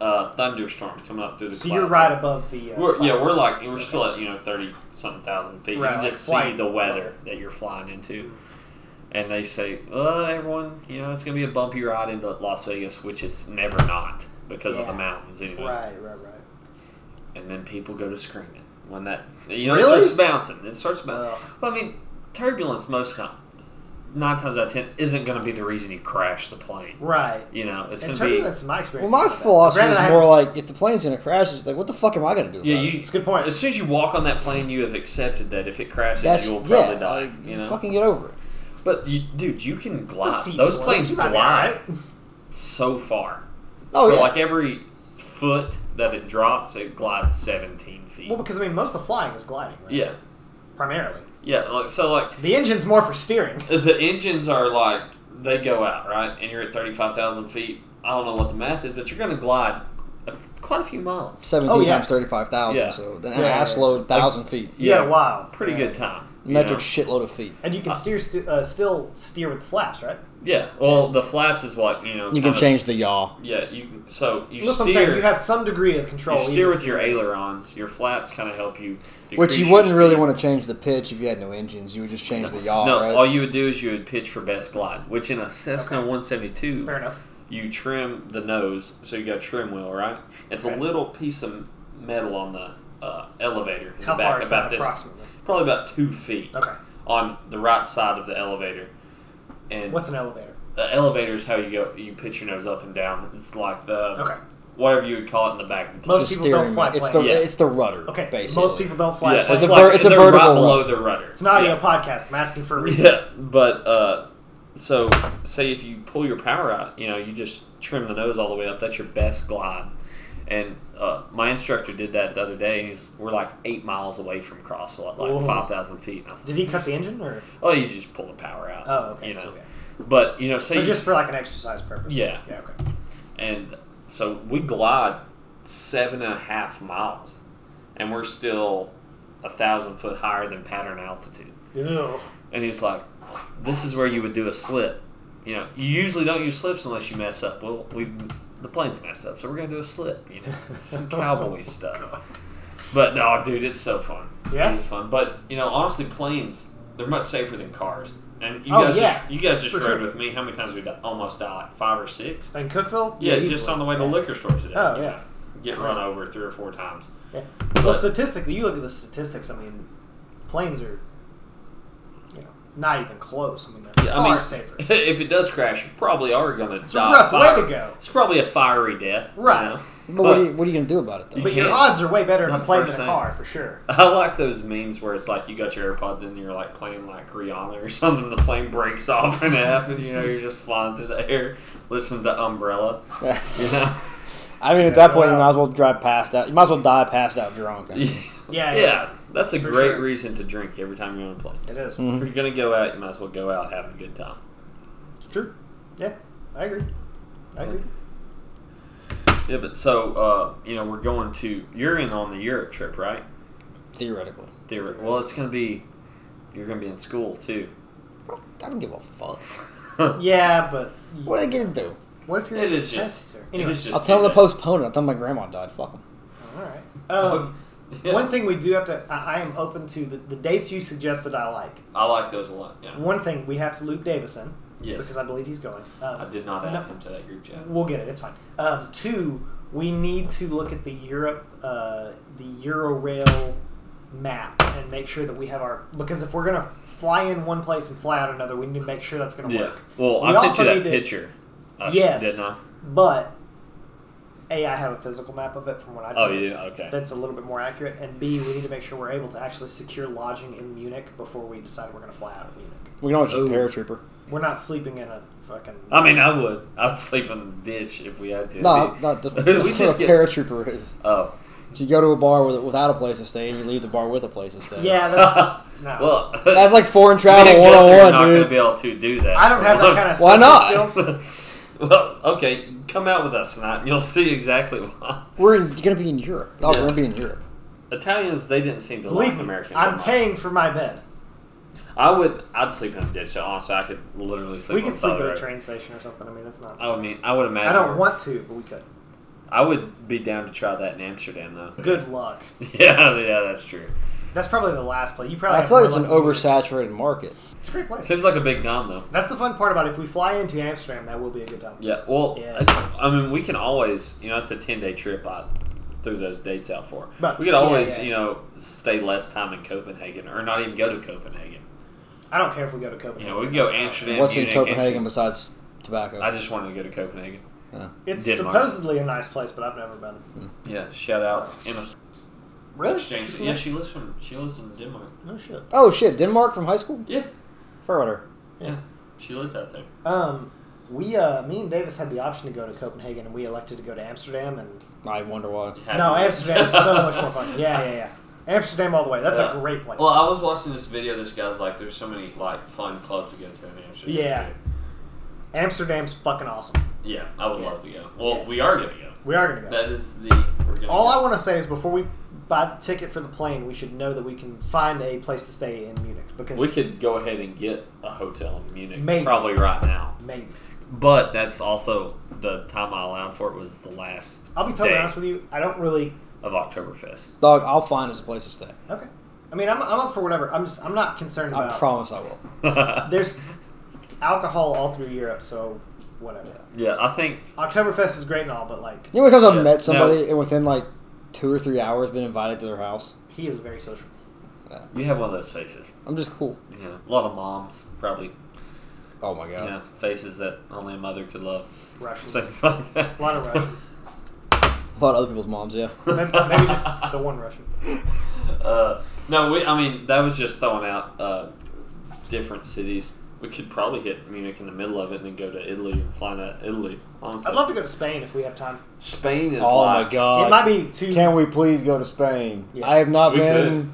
uh, thunderstorms coming up through the So clouds. you're right above the. Uh, We're, yeah, clouds. we're like we're still at you know thirty something thousand feet. Right, like you can just see flight. the weather that you're flying into, and they say, "Well, everyone, you know, it's gonna be a bumpy ride into Las Vegas, which it's never not because of the Yeah. mountains, anyways." Right, right, right. And then people go to screaming when that you know Really? it starts bouncing. It starts bouncing. Ugh. Well, I mean, turbulence most time, nine times out of ten isn't gonna be the reason you crash the plane. Right. You know, it's And gonna be turbulence, in my Well, experience. my is not bad. philosophy Granted, I is have- more like if the plane's gonna crash, it's like what the fuck am I gonna do? About yeah. it? You It's a good point. as soon as you walk on that plane, you have accepted that if it crashes, that's you will yeah. probably die. like, you know, fucking get over it. But you, dude, you can The glide. seat Those floors, planes you might be glide alright. so far. Oh For yeah, like every foot that it drops, it glides seventeen feet. Well, because I mean, most of flying is gliding, right? yeah, Primarily, yeah. Like, so, like the engine's more for steering. the engines are like they go out right, and you're at thirty-five thousand feet. I don't know what the math is, but you're gonna glide a, quite a few miles. seventeen Oh, yeah. times thirty-five thousand. Yeah. So then Yeah, an ass yeah, load, thousand feet, You yeah, got a wow, Pretty good time. you metric know? shitload of feet. And you can Uh, steer st- uh, still steer with the flaps, right? Yeah. Well, the flaps is what you know. You can kinda- change the yaw. Yeah. You so you That's what I'm saying. steer. You have some degree of control. you steer even with if your you're- ailerons. Your flaps kind of help you. Which you decrease wouldn't your really speed. want to change the pitch if you had no engines. You would just change the yaw, no, right? all you would do is you would pitch for best glide, which in a Cessna Okay. 172, Fair enough. you trim the nose, so you got a trim wheel, right? It's Okay. a little piece of metal on the uh, elevator. In How the back, far is about that this, approximately? Probably about two feet Okay. on the right side of the elevator. And What's an elevator? the elevator is how you go. You pitch your nose up and down. It's like the Okay. whatever you would call it in the back of the plane. Most It's the people don't steering fly wheel. It's the planes. Yeah. it's the rudder. Okay. basically. Most people don't fly. yeah, planes. it's, It's a like ver- it's a they're right vertical below rudder. the rudder. It's an audio Yeah. podcast. I'm asking for a reason. Yeah, but uh, so say if you pull your power out, you know, you just trim the nose all the way up. That's your best glide. And uh, my instructor did that the other day. And he's we're like eight miles away from Crosswell, like Whoa. five thousand feet. And I was like, Did he cut the engine or? oh, you just pull the power out. Oh, okay. You know, okay. but you know, say So you- just for like an exercise purpose. Yeah. Yeah. Okay. and so we glide seven and a half miles, and we're still a thousand foot higher than pattern altitude. Ew. And he's like, "This is where you would do a slip. You know, you usually don't use slips unless you mess up. Well, we the plane's messed up, so we're gonna do a slip. You know, some cowboy stuff. But no, dude, it's so fun. Yeah? it's fun. But you know, honestly, planes they're much safer than cars. And you Oh, guys, yeah. just, you guys just For rode sure. with me. How many times we got almost died? Like five or six. In Cookville. Yeah, easily. just on the way to Yeah. liquor store today. Oh, you yeah. know, get run over three or four times. Yeah. Well, But- statistically, you look at the statistics. I mean, planes are, you know, not even close. I mean, they're Yeah, far I mean, safer. if it does crash, you probably are gonna It's a die. rough fire- way to go. It's probably a fiery death. you Right. know? But, what, But- are you, what are you gonna do about it though? You But your can't. odds are way better in Not a the plane first than a thing. car, for sure. I like those memes where it's like you got your AirPods in and you're like playing like Rihanna or something. The plane breaks off in half and you know you're just flying through the air, listening to Umbrella. You know, I mean, at that point, you might as well drive past out. You might as well die passed out drunk. I mean. yeah, Yeah, yeah, that's a For great sure. reason to drink every time you're on a plane. It is. Mhm. If you're gonna go out, you might as well go out having a good time. It's true. Yeah, I agree. I agree. Yeah, but so uh, you know we're going to you're in on the Europe trip, right? Theoretically, Theory. Well, it's gonna be you're gonna be in school too. I don't give a fuck. it Yeah, but What are they gonna do? what if you're? is that's- just. It Anyway. Oh, is just I'll tell them to too bad. postpone it. I'll tell them my grandma died. Fuck them. All right. Um, Oh, Yeah. One thing we do have to. I, I am open to the, the dates you suggested. I like. I like those a lot. Yeah. One thing we have to Luke Davison Yes. because I believe he's going. Um, I did not add no- him to that group chat. We'll get it. It's fine. Um, two, we need to look at the Europe, uh, the Eurorail map, and make sure that we have our because if we're gonna fly in one place and fly out another, we need to make sure that's gonna Yeah. work. Well, We I sent also you need that to- picture. I s- yes, Didn't I? but a I have a physical map of it from what I. Oh, took. you do? Okay. That's a little bit more accurate, and B, we need to make sure we're able to actually secure lodging in Munich before we decide we're going to fly out of Munich. We can always just Oh. Ooh. paratrooper. We're not sleeping in a fucking. I mean, I would. I'd sleep in the ditch if we had to. No, no, that's, We that's what just a get- paratrooper is. Oh. So you go to a bar with, without a place to stay, and you leave the bar with a place to stay. yeah, that's, no. well, that's like foreign me travel and one Gunther are on not one, going dude. to be able to do that. I don't have that kind of Why not? social skills. of. well, okay, come out with us tonight, and you'll see exactly why. We're in, gonna be in Europe. Oh, Yeah. we're gonna be in Europe. Italians, they didn't seem to Believe like me, Americans. I'm that much. paying for my bed. I would. I'd sleep in a ditch. So honestly, I could literally sleep. we on could the sleep at side of a the road. train station or something. I mean, it's not. I would mean. I would I imagine. don't want to, but we could. I would be down to try that in Amsterdam though. Good luck. Yeah, yeah, that's true. That's probably the last play. You probably. I have feel more like it's an luck than we do. oversaturated market. It's a great place. Seems like a big time though. That's the fun part about it. If we fly into Amsterdam, that will be a good time. Yeah. Well, Yeah. I, I mean, we can always, you know, it's a ten day trip. I threw those dates out for. But- we could always, yeah, yeah. you know, stay less time in Copenhagen or not even go to Copenhagen. I don't care if we go to You Copenhagen. know, we can go Amsterdam. What's in Munich, Amsterdam. Copenhagen besides tobacco? I just wanted to go to Copenhagen. it's Denmark. supposedly a nice place, but I've never been. Yeah. Shout out Emma Really? Exchange. Yeah, she lives from she lives in Denmark. No shit. oh shit, Denmark from high school? Yeah. Fair order. Yeah. She lives out there. Um, we, uh, me and Davis had the option to go to Copenhagen, and we elected to go to Amsterdam. And I wonder why. no, Amsterdam is so much more fun. Yeah, yeah, yeah. Amsterdam all the way. That's Yeah. a great place. Well, I was watching this video. This guy's like, "There's so many like fun clubs to go to in Amsterdam." Yeah. too." Amsterdam's fucking awesome. Yeah, I would Yeah. love to go. Well, Yeah. we are gonna go. We are gonna go. That is the. We're gonna all go. I want to say is before we buy the ticket for the plane, we should know that we can find a place to stay in Munich because We could go ahead and get a hotel in Munich, Maybe. probably right now. maybe. But that's also the time I allowed for it was the last I'll be totally day honest with you. I don't really. of Oktoberfest. Dog, I'll find us a place to stay. Okay. I mean, I'm, I'm up for whatever. I'm just I'm not concerned I about. promise I will. There's alcohol all through Europe, so whatever. yeah, I think Oktoberfest is great and all, but like You know, when I've Yeah. met somebody and within like two or three hours been invited to their house, he is very social. you have one of those faces. I'm just cool. You know, a lot of moms probably. Oh my You god. know, faces that only a mother could love. Russians, a Things like that. lot of Russians. A lot of other people's moms, yeah. maybe, maybe just the one Russian. Uh, no, we, I mean that was just throwing out uh, different cities. We could probably hit Munich in the middle of it and then go to Italy and fly to Italy. Honestly, I'd love to go to Spain if we have time. Spain is Oh like my god. it might be too. Can we please go to Spain? Yes. I have not We been.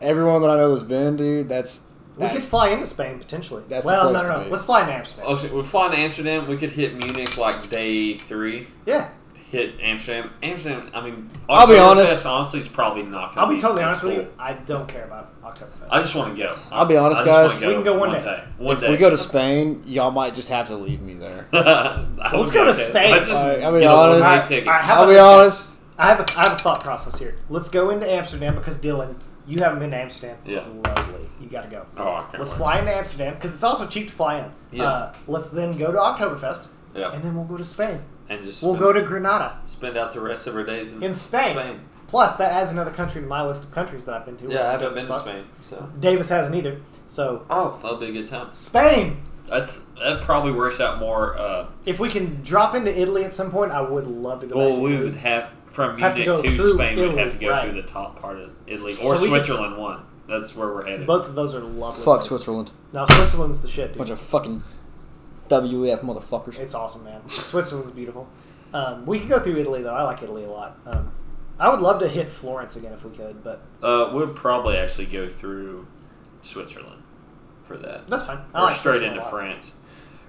Everyone that I know has been, dude. That's we could that's fly into Spain potentially. That's the well, place no, to no, no. be. Let's fly into Amsterdam. Oh, so we fly to Amsterdam. We could hit Munich like day three. Yeah, Hit Amsterdam. Amsterdam. I mean, I'll be Oktoberfest, honest. Honestly, is probably not. Gonna I'll be totally as honest with full. you. I don't care about Oktoberfest. I just want to go. I'll be honest, I just wanna guys. We can go one day. One if day. we go to Spain, y'all might just have to leave me there. let's go to Spain. Let's just Alright, I'll be get a honest. one-day Alright, ticket. alright, how I'll about be this? honest. I have a, I have a thought process here. Let's go into Amsterdam because Dylan, you haven't been to Amsterdam. It's Yeah. lovely. You got to go. Oh, I can't Let's wait. fly into Amsterdam because it's also cheap to fly in. Yeah. Uh, let's then go to Oktoberfest, Yeah. and then we'll go to Spain. and just We'll spend- go to Granada spend out the rest of our days in, in Spain. Plus, that adds another country to my list of countries that I've been to. which Yeah, is I haven't dope as been to fuck. Spain, so Davis hasn't either. So oh, that'll be a good time. Spain. That's that probably works out more. Uh, If we can drop into Italy at some point, I would love to go. well, back to we Italy. would have from Have Munich to to, go through Spain. we'd Italy, have to go right. through the top part of Italy So or we could Switzerland. one. That's where we're headed. Both of those are lovely. Fuck places. Switzerland. No, Switzerland's the shit, dude. Bunch of fucking WEF motherfuckers. It's awesome, man. Switzerland's beautiful. Um, we could go through Italy though. I like Italy a lot. Um, I would love to hit Florence again if we could, but Uh, we'll probably actually go through Switzerland for that. that's fine. I or like straight Switzerland a into lot. France.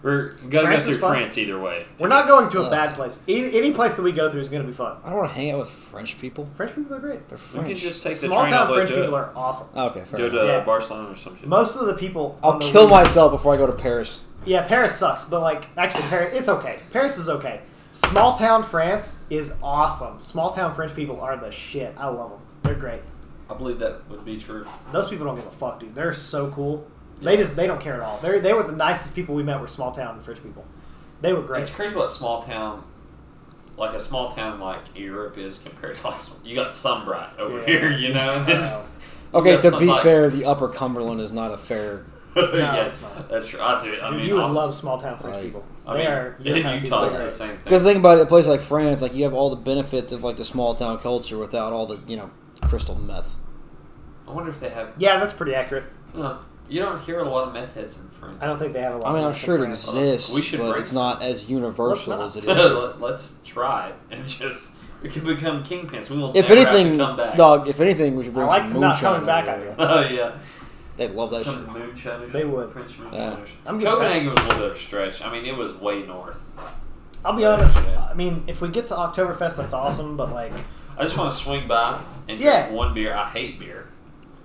We're gonna France go is through fun. France either way. We're not going to a Ugh. bad place. Any, any place that we go through is going to be fun. I don't want to hang out with French people. French people are great. They're We French. can just take the Small train all town the way French to people it. are awesome. Oh, okay, fair Go to enough. uh, Yeah. Barcelona or something. Most of the people. I'll on the kill route- myself before I go to Paris. Yeah, Paris sucks, but like actually, Paris it's okay. Paris is okay. Small town France is awesome. Small town French people are the shit. I love them. They're great. I believe that would be true. Those people don't give a fuck, dude. They're so cool. They just they don't care at all. They they were the nicest people we met were small town French people. They were great. It's crazy what small town, like a small town like Europe is compared to like some- you got sunbright over Yeah. here, you know. So, Okay, got to be somebody- fair, the Upper Cumberland is not a fair. it's not. that's true. I do. I dude, mean, you would I was- love small town French Right. people. I they mean, are your kind in of Utah, people. They're it's the great. same thing. Because think about it, a place like France, like you have all the benefits of like the small town culture without all the you know crystal meth. I wonder if they have. Yeah, that's pretty accurate. Uh, you don't hear a lot of meth heads in France. I don't think they have a lot. I of mean, I'm that in sure it France. exists, We should but bring it's not as universal as it is. Let- Let's try it and just we can become kingpins. We will. if never have anything, to come back. dog, if anything, we should bring I like some them not moonshine. coming back. over I here. guess. Oh yeah, They'd love that shit. some moonshiners. They would. French moonshiners. I'm good with that. Copenhagen was a little bit of a stretch. I mean, it was way north. I'll be honest. Yeah. I mean, if we get to Oktoberfest, that's awesome. But like, I just want to swing by and Yeah. drink one beer. I hate beer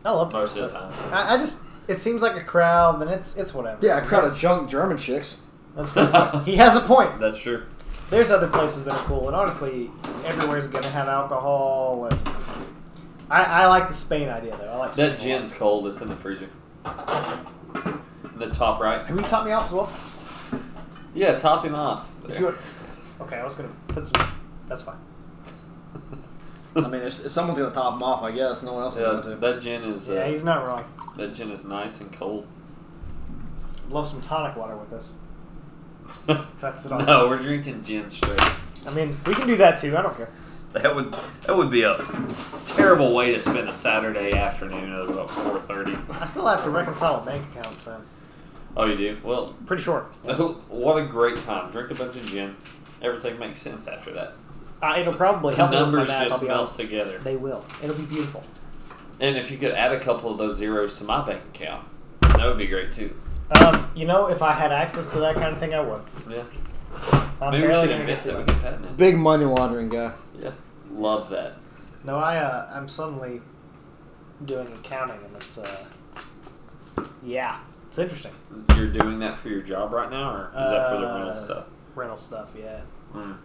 I love most of the Oktoberfest. time. I, I just it seems like a crowd, and it's it's whatever. Yeah, a crowd of That's- junk German chicks. That's fair. he has a point. That's true. there's other places that are cool, and honestly, everywhere's going to have alcohol. And I, I like the Spain idea though. I like Spain a That lot. gin's cold. It's in the freezer. The top right. Have you topped me off as well? Yeah, top him off. If you want- okay, I was gonna put some. That's fine. I mean, if, if someone's gonna top him off, I guess no one else is Yeah, going to. that gin is Yeah, uh, he's not wrong. that gin is nice and cold. Love some tonic water with this. That's it all. no, we're drinking gin straight. I mean, we can do that too. I don't care. That would that would be a terrible way to spend a Saturday afternoon at about four thirty. I still have to reconcile a bank account, so Oh, you do? Well, pretty short. who- what a great time! Drink a bunch of gin. Everything makes sense after that. Uh, it'll probably The help me with my numbers math. I'll just be melt honest. together. They will. It'll be beautiful. And if you could add a couple of those zeros to my bank account, that would be great too. Um, you know, if I had access to that kind of thing, I would. Yeah. I'm Maybe we barely should gonna get invent through that. We it. could patent it. Big money laundering guy. Yeah. Love that. No, I uh, I'm suddenly doing accounting, and it's uh, yeah, it's interesting. You're doing that for your job right now, or is that for the rental Uh, stuff? Rental stuff, yeah. Mm.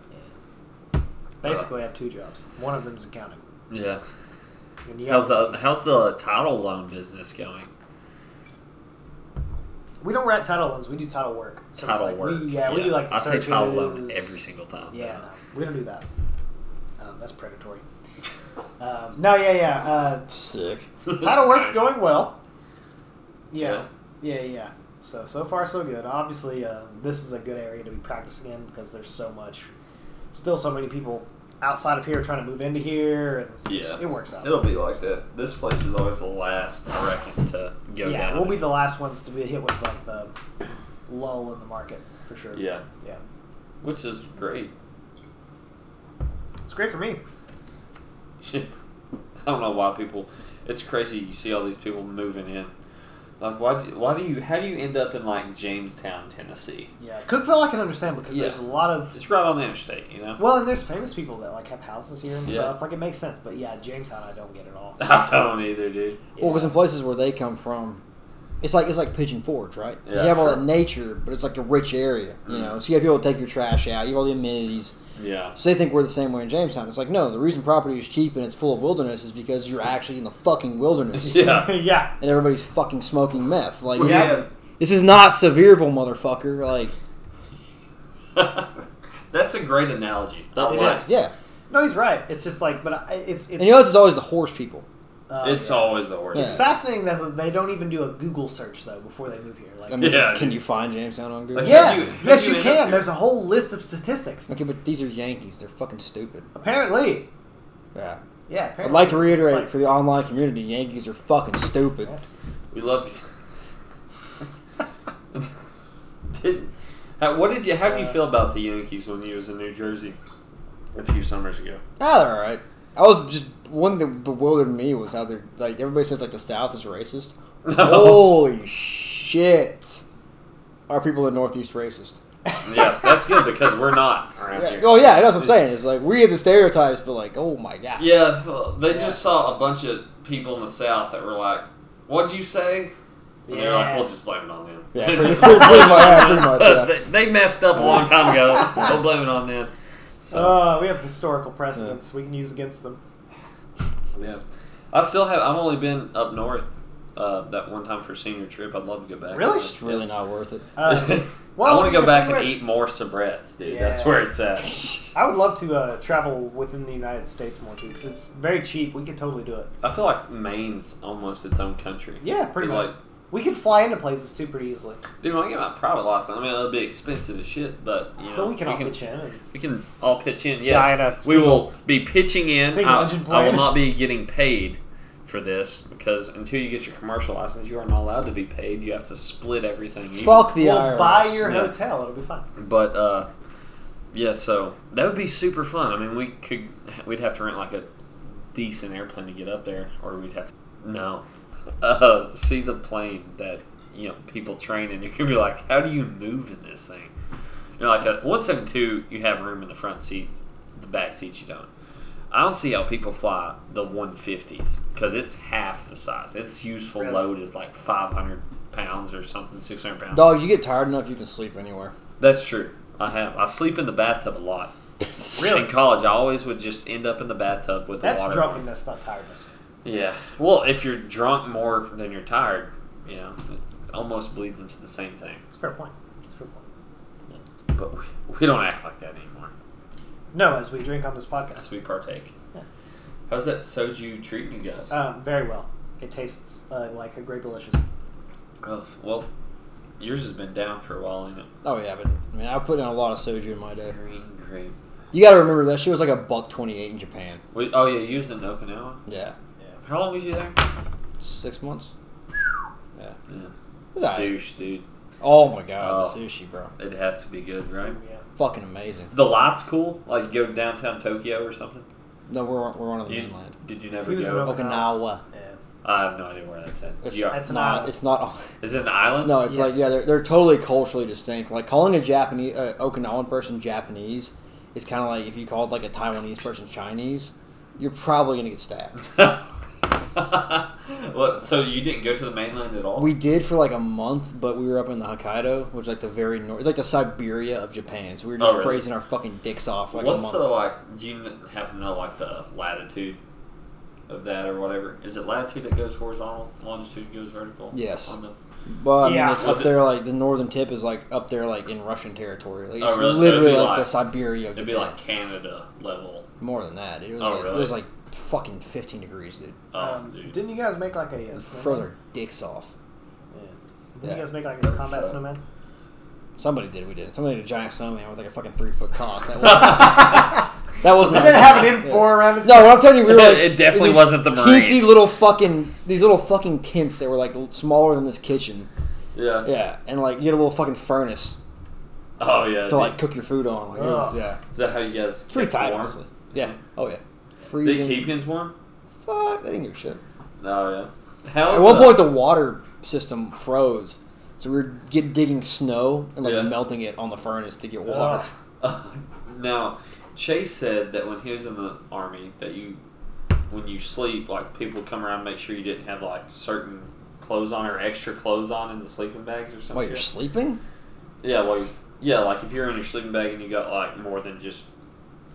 Basically, I have two jobs. One of them's accounting. Yeah. And you How's got- the how's the title loan business going? We don't write title loans. We do title work. So it's title like work. We, yeah, we do like the I say title loan searches. every single time. Yeah, no, we don't do that. Um, that's predatory. Um, no, yeah, yeah. Uh, Sick. title work's going well. Yeah. Yeah. yeah, yeah, So so far so good. Obviously, uh, this is a good area to be practicing in because there's so much, still so many people outside of here trying to move into here, and Yeah. it works out. It'll be like that. This place is always the last, I reckon, to go yeah, down. we'll be the last ones to be hit with like the lull in the market for sure. yeah, yeah. which is great. It's great for me. I don't know why people. It's crazy. You see all these people moving in. Like, why? Do, why do you? How do you end up in like Jamestown, Tennessee? Yeah, Cookville I can understand because Yeah. there's a lot of It's right on the interstate, you know. well, and there's famous people that like have houses here and Yeah. stuff. Like it makes sense, but yeah, Jamestown I don't get at all. I don't either, dude. Well, because in places where they come from, it's like it's like Pigeon Forge, right? you Yeah, have all sure. Mm. that nature, but it's like a rich area, you know. So you have people to take your trash out. You have all the amenities. Yeah, So they think we're the same way in Jamestown. It's like no, the reason property is cheap and it's full of wilderness is because you're actually in the fucking wilderness yeah. yeah, and everybody's fucking smoking meth. Like Well, this, yeah. is, this is not Sevierville, motherfucker. Like That's a great analogy. I It like is. yeah, no, he's right. It's just like, but I, it's it's and you know it's always the horse people. uh, It's yeah. always the worst. It's fascinating that they don't even do a Google search though before they move here. Like, I mean, Yeah, can dude. you find Jamestown on Google? Like, Yeah. yes, Have you- have yes, you you, ended up can. here? There's a whole list of statistics. Okay, but these are Yankees. They're fucking stupid. Apparently, Yeah. yeah. Apparently. I'd like to reiterate It's for the online community, Yankees are fucking stupid. We love. did, how, what did you? How did you feel about the Yankees when you was in New Jersey a few summers ago? Ah, they're all right. I was just one that bewildered me was how they're like everybody says like the South is racist. Holy shit! Are people in the Northeast racist? yeah, that's good because we're not around Yeah. here. Oh yeah, that's what I'm saying. It's like we have the stereotypes, but like, oh my god. Yeah, well, they just saw a bunch of people in the South that were like, "What'd you say?" And they're like, Yeah. "We'll just blame it on them." Yeah, pretty, pretty, pretty much. Yeah, pretty much yeah. they, they messed up a long time ago. We'll blame it on them. So Uh, we have historical precedents we can use against them. yeah, I still have. I've only been up north uh, that one time for senior trip. I'd love to go back. Really? It's really not worth it. Uh, I want to if go you back and went- eat more sabrettes, dude. That's Yeah. where it's at. I would love to uh, travel within the United States more too, because it's very cheap. We could totally do it. I feel like Maine's almost its own country. Yeah, pretty Be much. Like, we could fly into places too pretty easily. dude, when I get my private license, I mean, it'll be expensive as shit, but you know, but we can all we can, pitch in. And, we can all pitch in. Die in a Yes, we single- will be pitching in. single I, engine I will plane. not be getting paid for this because until you get your commercial license, you are not allowed to be paid. You have to split everything. even. Fuck the we'll IRS. buy your Yeah. hotel. It'll be fine. But uh, yeah, so that would be super fun. I mean, we could we'd have to rent like a decent airplane to get up there, or we'd have to, no uh, see the plane that you know people train in. You could be like, how do you move in this thing? You know, like a one seventy two, you have room in the front seat, the back seats you don't. I don't see how people fly the 150s because it's half the size. Its useful Really? load is like 500 pounds or something, 600 pounds. Dog, you get tired enough, you can sleep anywhere. That's true. I have. I sleep in the bathtub a lot. In college, I always would just end up in the bathtub with That's the water. drunkenness, not tiredness. Yeah. Well, if you're drunk more than you're tired, you know, it almost bleeds into the same thing. It's a fair point. It's a fair point. But we, we don't act like that anymore No, as we drink on this podcast. as we partake. Yeah. How's that soju treating you guys? Um, very well. It tastes uh, like a grape delicious. oh, well, yours has been down for a while, ain't it? Oh yeah, but I mean, I put in a lot of soju in my day. Green grape. You got to remember that she was like a buck twenty eight in Japan. Wait, oh, yeah, you was in Okinawa? Yeah, Yeah. How long was you there? six months. Yeah. It's all right. Sush, dude. Oh my Oh. god, the sushi, bro, It'd have to be good, right? Yeah. fucking amazing. The light's cool. Like, you go to downtown Tokyo or something. No, we're on- we're on the You- mainland. Did you never He was go? in Okinawa. yeah. I have no idea where that's at. It's, You are- That's it's an not. island. It's not. on- Is it an island? No, it's Yes. like yeah, they're, they're totally culturally distinct. Like calling a Japanese uh, Okinawan person Japanese is kind of like if you called like a Taiwanese person Chinese, you're probably gonna get stabbed. well, so you didn't go to the mainland at all? We did for like a month, but we were up in the Hokkaido, which is like the very north. It's like the Siberia of Japan. So we were just Oh, really? freezing our fucking dicks off for like What's a the month. like? Do you kn- happen to know like the latitude of that or whatever? Is it latitude that goes horizontal, longitude goes vertical? Yes. On the, but I mean, Yeah. it's Was up it- there like the northern tip is like up there like in Russian territory. Like Oh, it's really? So it'd literally be like, like- the Siberia of it'd be Japan. like Canada level. More than that, it was Oh, like, really? it was like fucking 15 degrees, dude. Oh, Um, dude. didn't you guys make like a uh, snowman? Throw their dicks off. Yeah. Didn't Yeah. you guys make like a That's, combat uh, snowman? Somebody did. We did. Somebody did a giant snowman with like a fucking three foot cock. That wasn't. that Did wasn't it have an in four around its No, what I'm telling you, we were. Like, It definitely these wasn't the teensy Marines. little fucking these little fucking tents that were like l- smaller than this kitchen. yeah. Yeah, and like you had a little fucking furnace Oh yeah. to dude. like cook your food on. Like, it was, Ugh. yeah, Is that how you guys? it's pretty kept tight, warm? honestly. Yeah. Oh yeah. Did Freezing. it keep yous warm? Fuck. They didn't give a shit. Oh yeah. How's At one the- point, the water system froze, so we were get, digging snow and like Yeah. melting it on the furnace to get water. Ugh. now, Chase said that when he was in the army, that you, when you sleep, like people come around and make sure you didn't have like certain clothes on or extra clothes on in the sleeping bags or something. While you're sleeping? yeah, well, you- yeah, like if you're in your sleeping bag and you got like more than just,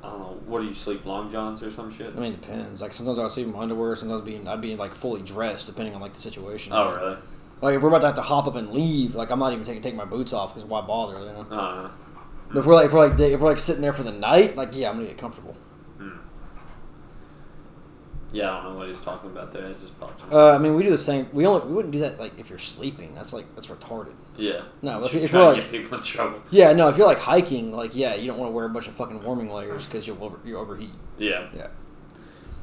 I don't know, what do you sleep, long johns or some shit? I mean, it depends. Like sometimes I'll sleep in my underwear. Sometimes being I'd be like fully dressed, depending on like the situation. Oh really? Like if we're about to have to hop up and leave, like I'm not even taking take my boots off because why bother? You know. Uh, But if we're like if we're like if we're like sitting there for the night, like yeah, I'm gonna get comfortable. yeah, I don't know what he was talking about there. It just popped. in. Uh, I mean, we do the same. We only we wouldn't do that like if you're sleeping. That's like that's retarded. yeah. no, if Should you- if try you're to like- get people in trouble. Yeah, no. If you're like hiking, like yeah, you don't want to wear a bunch of fucking warming layers because you'll over, you overheat. Yeah. Yeah.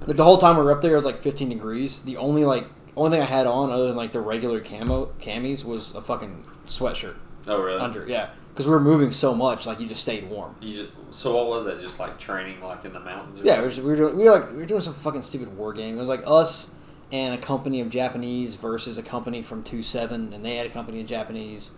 Like the whole time we were up there, it was like 15 degrees. The only like only thing I had on other than like the regular camo camis was a fucking sweatshirt Oh really? under. Yeah, because we were moving so much, like you just stayed warm. You just, so what was that? Just like training, like in the mountains? or Yeah, we were, just- we were, doing, we were like we were doing some fucking stupid war game. It was like us and a company of Japanese versus a company from two seven, and they had a company of Japanese.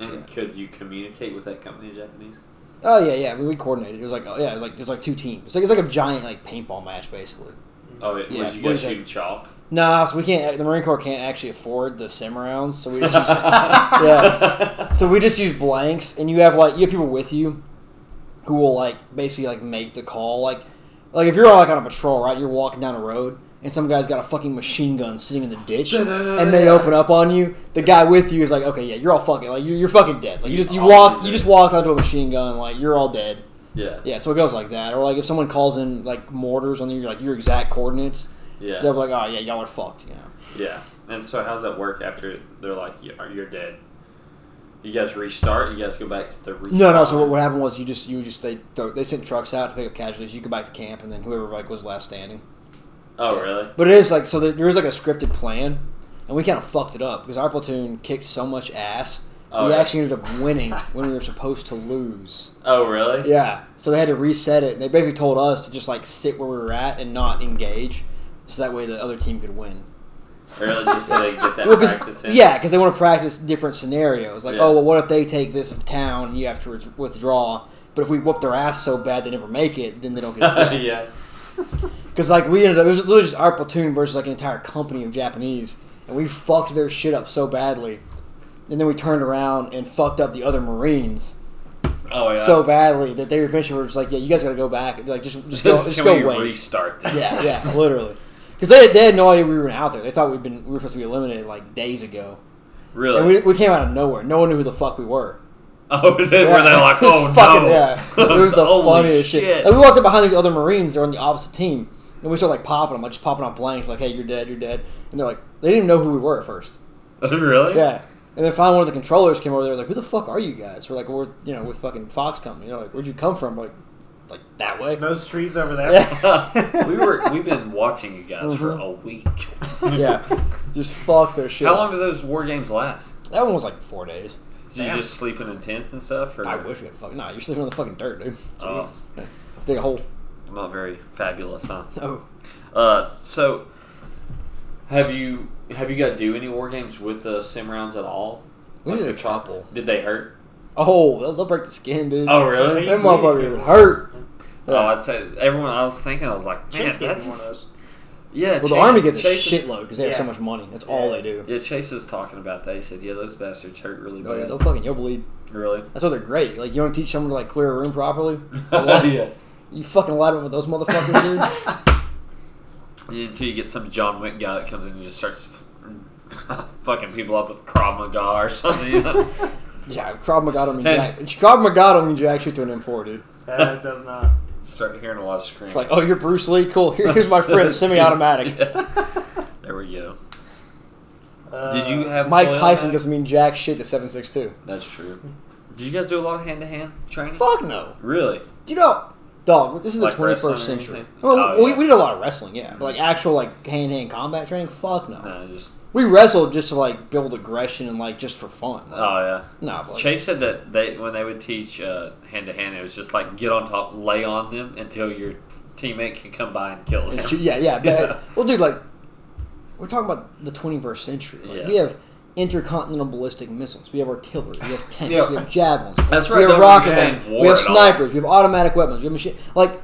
And could you communicate with that company in Japanese? Oh yeah, yeah, we, we coordinated. It was like oh, yeah, it was like it was like two teams. It's like it's like a giant like paintball match basically. Oh, it, Yeah, was you what guys is that? shooting chalk? Nah, so we can't. The Marine Corps can't actually afford the sim rounds, so we just use, yeah. So we just use blanks, and you have like you have people with you who will like basically like make the call. Like, like if you're like on a patrol, right? You're walking down a road, and some guy's got a fucking machine gun sitting in the ditch, and they open up on you. The guy with you is like, okay, yeah, you're all fucking like you're, you're fucking dead. Like you just you Oh, walked you dude. just walked onto a machine gun, like you're all dead. Yeah. Yeah, so it goes like that, or like if someone calls in like mortars on you, like your exact coordinates. Yeah. They'll Yeah. be like, oh yeah, y'all are fucked, you know. And so how's that work after they're like, you're, you're dead? You guys restart? You guys go back to the restart? No, no. So what, what happened was you just you just they throw, they sent trucks out to pick up casualties. You go back to camp, and then whoever like was last standing. Oh, Yeah. really? But it is like so there, there is like a scripted plan, and we kind of fucked it up because our platoon kicked so much ass. Oh, we yeah. actually ended up winning when we were supposed to lose. Oh, really? Yeah, so they had to reset it. And they basically told us to just like sit where we were at and not engage, so that way the other team could win. Really? Just so they get that Well, 'cause- practice in? yeah, because they want to practice different scenarios. Like, Yeah. oh, well, what if they take this town and you have to ret- withdraw? But if we whoop their ass so bad they never make it, then they don't get it. yeah. Because, like, we ended up, it was literally just our platoon versus, like, an entire company of Japanese. And we fucked their shit up so badly. And then we turned around and fucked up the other Marines. Oh yeah. so badly that they eventually were just like, yeah, you guys got to go back. Like just just go, just can go we wait. restart this? Yeah, yeah, literally. Because they, they had no idea we were out there. They thought we'd been we were supposed to be eliminated like days ago, Really? and we, we came out of nowhere. No one knew who the fuck we were. oh, they were they Yeah. like, It was oh fucking, no? Yeah. It was the Holy funniest shit. shit. Like, we walked up behind these other Marines. They're on the opposite team, and we started like popping them, like just popping on blanks, like, "Hey, you're dead, you're dead." And they're like, they didn't even know who we were at first. really? Yeah. And then finally, one of the controllers came over there, like, "Who the fuck are you guys?" We're like, "We're you know with fucking Fox Company." You know, like, "Where'd you come from?" We're like, like that way. Those trees over there. Yeah. we were we've been watching you guys for Mhm. a week. yeah. Just fuck their shit. How long do those war games last? That one was like four days. Did you Damn. just sleep in tents and stuff? Or? I wish we had fucking. Nah, you're sleeping on the fucking dirt, dude. Oh, Dig a hole. not very fabulous, huh? Oh. Uh, so have you have you got to do any war games with the sim rounds at all? We Like did a the- couple. Did they hurt? Oh, they'll, they'll break the skin, dude. Oh really? That motherfucker hurt. Oh, I'd say everyone. I was thinking, I was like, man, Chase gave me that's one of just- those. yeah. Well, the army gets a Chase is- shitload because they have so Yeah. much money. That's all they do. Yeah, Chase is talking about that. He said, yeah, those bastards hurt really Oh, yeah, bad. they'll fucking you'll bleed. really? That's why they're great. Like you don't teach someone to like clear a room properly. Oh, yeah. You fucking lied with those motherfuckers, dude. Yeah, Until you get some John Wick guy that comes in and just starts fucking people up with Krav Maga or something. you know? Yeah, Krav Maga don't mean jack. Krav Maga don't mean jack shit to an M4, dude. That does not. Start hearing a lot of screaming. It's like, oh, you're Bruce Lee. Cool. Here, here's my friend, semi-automatic. Yeah. There we go. Uh, Did you have Mike oil Tyson in doesn't mean jack shit to 7.62. that? That's true. Did you guys do a lot of hand to hand training? Fuck no. Really? Do you know, dog? This is Like the twenty first wrestling or century. anything? Well, Oh, we, yeah. we did a lot of wrestling, yeah, but like actual like hand to hand combat training. Fuck no. No, just We wrestled just to like build aggression and like just for fun. Like, oh yeah. nah, but, like, Chase said that they when they would teach uh, hand to hand, it was just like get on top, lay on them until your teammate can come by and kill them. and shoot- yeah, yeah, Yeah. but, Well, dude, like we're talking about the twenty first century. Like, Yeah. We have intercontinental ballistic missiles. We have artillery. We have tanks. Yeah. We have javelins. That's right, We have don't rocket understand launchers. war We have at all. snipers. We have automatic weapons. We have machine. Like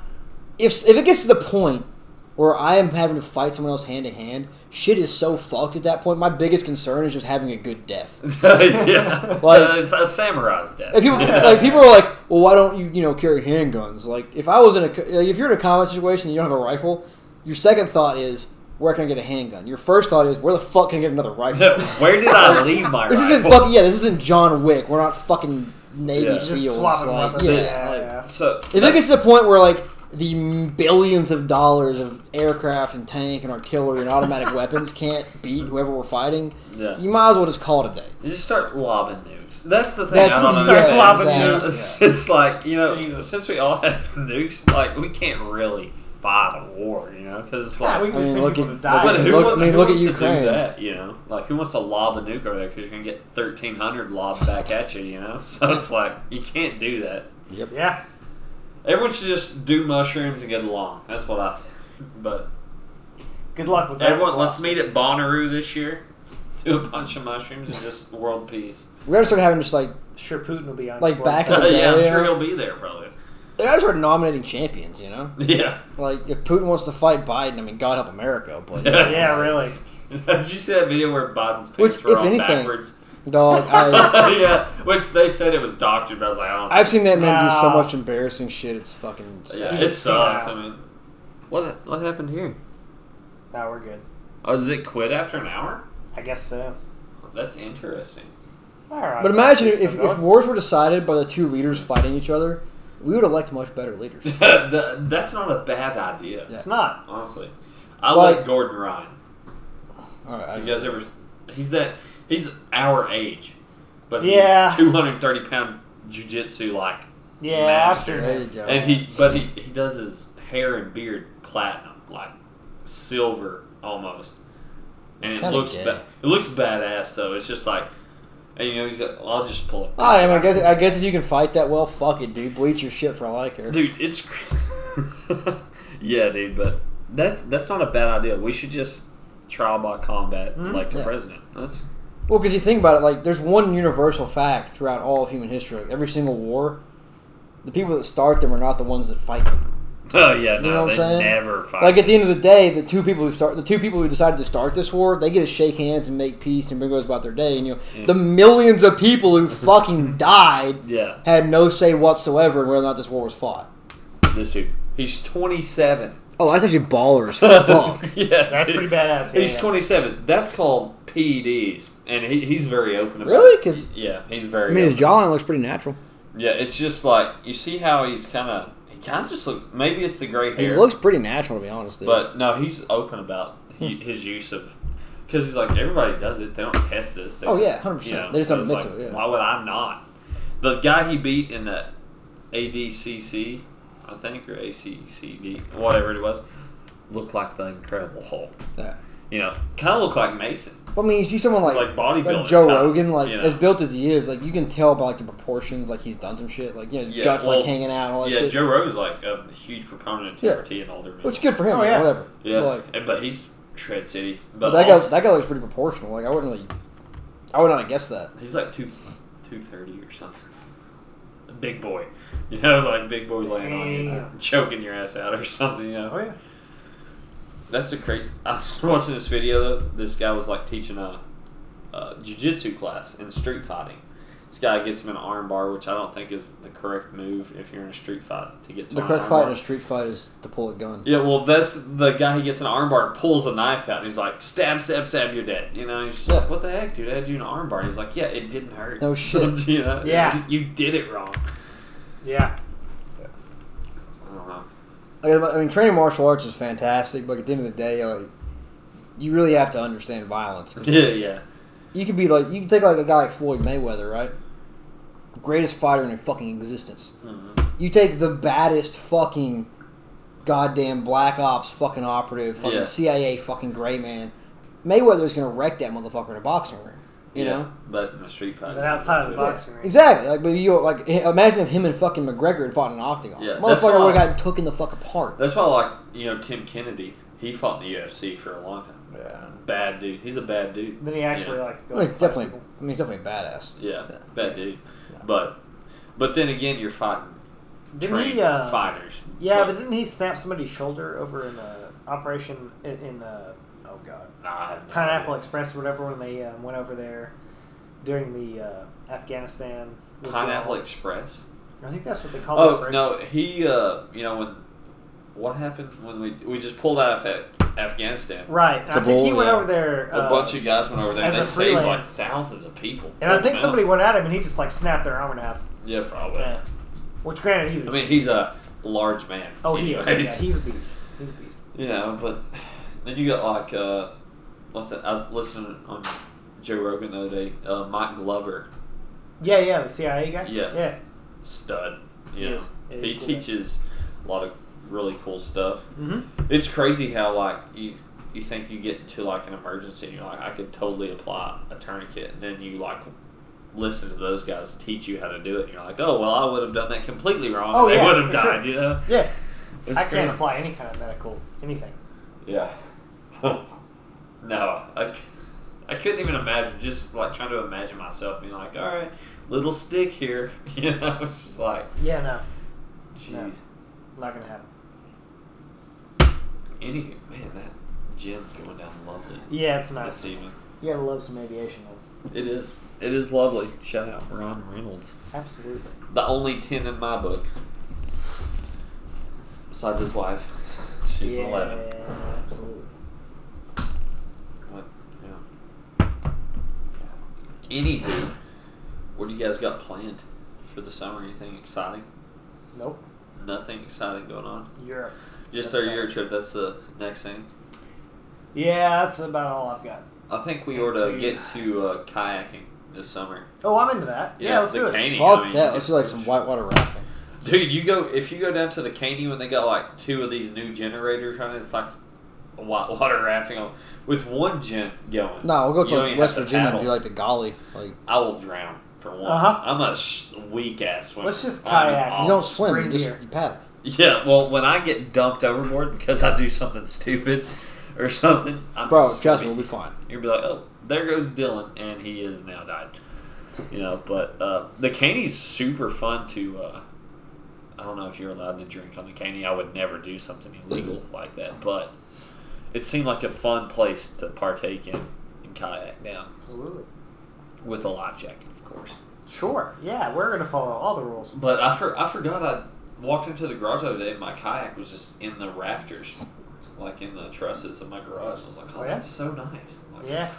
if if it gets to the point where I am having to fight someone else hand to hand, shit is so fucked at that point. My biggest concern is just having a good death. yeah, Like- Uh, it's a samurai's death. And people like people are like, well, why don't you you know carry handguns? Like if I was in a co- like, if you're in a combat situation and you don't have a rifle, your second thought is where can I get a handgun? Your first thought is where the fuck can I get another rifle? Where did I leave my this isn't rifle? fucking yeah. This isn't John Wick. We're not fucking Navy Yeah. Just SEAls. swapping Like, weapons. yeah, Yeah, like, yeah. So if it gets to the point where like the billions of dollars of aircraft and tank and artillery and automatic weapons can't beat whoever we're fighting, Yeah. you might as well just call it a day. you just start lobbing nukes. That's the thing. That's I don't Start understand. lobbing Yeah, nukes. It's just like you know, Jesus. since we all have nukes, like we can't really fight a war, you know, because it's Yeah, like we can I mean, just send look people at- to look die. But who, Look- wants, I mean, who look at wants to Ukraine. do that? You know, like who wants to lob a nuke over there because you're gonna get thirteen hundred lobbed back at you. You know, so it's like you can't do that. Yeah. Everyone should just do mushrooms and get along. That's what I think. But Good luck with that. everyone, let's meet at Bonnaroo this year. Do a bunch of mushrooms and just world peace. We gotta start having just like Sure, Putin will be on. Like, board. back in- yeah, I'm Yeah. sure he'll be there probably. they gotta start nominating champions. You know. Yeah. Like if Putin wants to fight Biden, I mean, God help America. But Yeah, really. Did you see that video where Biden's Which, pants were if all anything- backwards? dog, I, yeah, which they said it was doctored, but I was like, I don't. I've seen that man do so Wow. much embarrassing shit. It's fucking Yeah, sad. it sucks. Yeah. I mean, what what happened here? Now we're good. Oh, does it quit after an hour? I guess so. That's interesting. All right. But imagine Let's if, keep if, going. wars were decided by the two leaders fighting each other, we would elect much better leaders. The- That's not a bad idea, Yeah. it's not. honestly. I Like- like, Gordon Ryan. All right, I, You guys ever? He's that. He's our age, but Yeah. he's two hundred thirty pound jujitsu like, Yeah, Master. there you after. go. and he but he he does his hair and beard platinum like silver almost, and It's it kinda looks gay. ba- it looks badass though. It's just like, and you know he's got. I'll just pull up. I, mean, I guess I guess if you can fight that well, fuck it, dude. Bleach your shit for all I care. dude it's cr- yeah dude but that's that's not a bad idea we should just trial by combat like the Yeah. president that's Well, because you think about it, like there's one universal fact throughout all of human history. Like, every single war, the people that start them are not the ones that fight them. Oh yeah, no, You know what I'm they saying? never fight. Like at the end of the day, the two people who start, the two people who decided to start this war, they get to shake hands and make peace and goes about their day. And you know, Mm. the millions of people who fucking died yeah, had no say whatsoever in whether or not this war was fought. this dude. He's 27. Oh, that's actually baller as fuck. yeah, That's dude. pretty badass. Yeah, He's yeah. 27. That's called PEDs, and he, he's very open about Really? it. 'Cause- yeah, he's very. I mean, his open. jawline looks pretty natural. Yeah, it's just like you see how he's kind of he kind of just looks. Maybe it's the gray He hair. looks pretty natural, to be honest. Dude. but no, he's open about Hmm. he, his use of because he's like everybody does it. They don't test this. They Oh, just- yeah, 100%. They just so don't it's admit to it, yeah. Why would I not? The guy he beat in the ADCC, I think, or ACCD, whatever it was, looked like the Incredible Hulk. Yeah. You know, kind of looked like Mason, I mean, you see someone like, like bodybuilding. like Joe type, Rogan, like you know. as built as he is, like you can tell by like the proportions, like he's done some shit, like you know, his Yeah, guts like well, hanging out and all that yeah, shit. Joe Rogan's like a huge proponent of Yeah. TRT and older men. Which is good for him, Oh, man, yeah. whatever. yeah, But, like, and, but he's Tread City, but but, that also, guy, that guy looks pretty proportional. Like I wouldn't really, I would not have guessed that. he's like two two thirty or something. A big boy, you know, like big boy laying on you, Mm. choking your ass out or something. You know, Oh yeah. That's a crazy. I was watching this video though. This guy was like teaching a, a jujitsu class in street fighting. This guy gets him an arm bar, which I don't think is the correct move if you're in a street fight to get The someone correct an arm fight bar. in a street fight is to pull a gun. Yeah, well, that's the guy. He gets an armbar and pulls a knife out. And he's like, "Stab, stab, stab! You're dead." You know, he's just like, "What the heck, dude? I had you in an armbar." And He's like, "Yeah, it didn't hurt." No shit. you know? Yeah. you you did it wrong. Yeah. I don't know. Like, I mean, training martial arts is fantastic, but at the end of the day, like you really have to understand violence. 'Cause Yeah, yeah, You could be like, you could take like a guy like Floyd Mayweather, right? Greatest fighter in fucking existence. Mhm. You take the baddest fucking goddamn black ops fucking operative, fucking Yeah. CIA fucking gray man. Mayweather's gonna wreck that motherfucker in a boxing ring. You Yeah, know? But in a street fight, But outside of the boxing ring. Exactly. Like, but you like i- imagine if him and fucking McGregor had fought in an octagon. Yeah, that's Motherfucker why- would have gotten took in the fuck apart. That's why, I like you know, Tim Kennedy, he fought in the UFC for a long time. Yeah. Bad dude. He's a bad dude. Then he actually like. Well, goes and he's fights definitely. people. I mean, he's definitely a badass. Yeah, Yeah. bad dude. Yeah. But, but then again, you're fighting Didn't trained he? Uh, fighters. Yeah, but didn't he snap somebody's shoulder over in uh, Operation in, in uh, oh god Nah, I have no Pineapple idea. Express or whatever when they um, went over there during the uh, Afghanistan withdrawal? Pineapple Express. I think that's what they call. Oh it. no, he. Uh, you know when what happened when we we just pulled out of Af- Afghanistan. Right, and I think Kabul, he went yeah. over there. A uh, bunch of guys went over there. as and They a saved like freelance. thousands of people. and I think Yeah. somebody went at him, and he just like snapped their arm in half. Yeah, probably. Yeah. Which, granted, he's a I mean, he's a large man. oh, he is. anyways. Yeah, he's a beast. He's a beast. You know, but then you got like uh, what's that? I listened on Joe Rogan the other day. Uh, Mike Glover, Yeah, yeah, the CIA guy. Yeah. yeah. stud. You He know, is. He is he cool guy. teaches a lot of really cool stuff. Mm-hmm. It's crazy how like you you think you get into like an emergency and you're like I could totally apply a tourniquet and then you like listen to those guys teach you how to do it and you're like oh well I would have done that completely wrong Oh, they yeah, would have for sure. died you know Yeah, It's I can't crazy. apply any kind of medical anything. yeah no I, c- I couldn't even imagine just like trying to imagine myself being like all right little stick here you know it's just like Yeah, no, jeez not gonna happen. anywho man that gin's going down lovely Yeah, it's nice. this evening You gotta love some aviation. though. it is it is lovely shout out Ron Reynolds Absolutely. The only ten in my book. Besides his wife. She's yeah, eleven. Absolutely. What? Yeah. Anywho, what do you guys got planned for the summer? Anything exciting? Nope. Nothing exciting going on. Europe. Just That's our about year it. trip. That's the next thing. Yeah, that's about all I've got. I think we Me ought to too. get to uh, kayaking this summer. Oh, I'm into that. Yeah, Yeah, let's the do it. caney. Fuck I mean, that. Let's do like some whitewater rafting. Dude, you go if you go down to the canyon when they got like two of these new generators on it, it's like a wa- water rafting on, with one gent going. No, we'll go You to don't like, even West have to Virginia and paddle. do like the golly. Like I will drown for one. Uh-huh. I'm a sh- weak ass swimmer. Let's just I'm kayak. awful- you don't swim, Oh, spring you just here. you paddle. Yeah, well, when I get dumped overboard because I do something stupid or something, I'm Bro, just trust me, gonna we'll be- be fine. You'll be like, oh, there goes Dylan, and he is now died. You know, but uh, the caney's super fun to. Uh, I I don't know if you're allowed to drink on the canyon. I would never do something illegal like that, but it seemed like a fun place to partake in and kayak down Absolutely. with a life jacket, of course. Sure. Yeah, we're gonna follow all the rules. But I for, I forgot I walked into the garage the other day. and My kayak was just in the rafters, like in the trusses of my garage. I was like, oh, Yeah. that's so nice. Like, Yeah.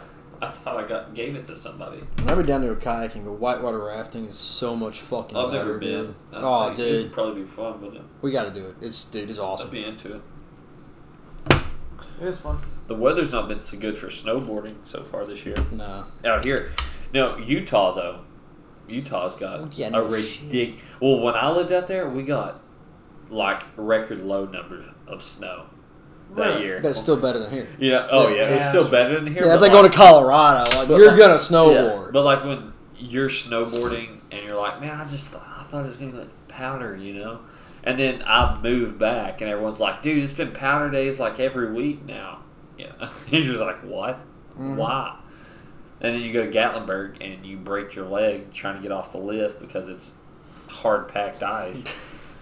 I thought I got gave it to somebody. I've been down to a kayaking, but whitewater rafting is so much fucking I've better, never been. dude. I Oh, think it'd dude, probably be fun, but we got to do it. It's dude, it's awesome. I'd be into it. It is fun. The weather's not been so good for snowboarding so far this year No, out here. Now Utah though, Utah's Well, got Oh, yeah, a no ridiculous. Well, when I lived out there, we got like record low numbers of snow that Really? year. that's still better than here. Yeah. Oh Yeah. yeah. It's Yeah. still better than here. Yeah, it's but like going to Colorado. Like But you're like- gonna Yeah, snowboard. But like when you're snowboarding and you're like, man, I just thought, I thought it was gonna be like powder, you know. And then I move back, and everyone's like, dude, it's been powder days like every week now. You know, you're just like, what? Mm-hmm. Why? And then you go to Gatlinburg and you break your leg trying to get off the lift because it's hard packed ice,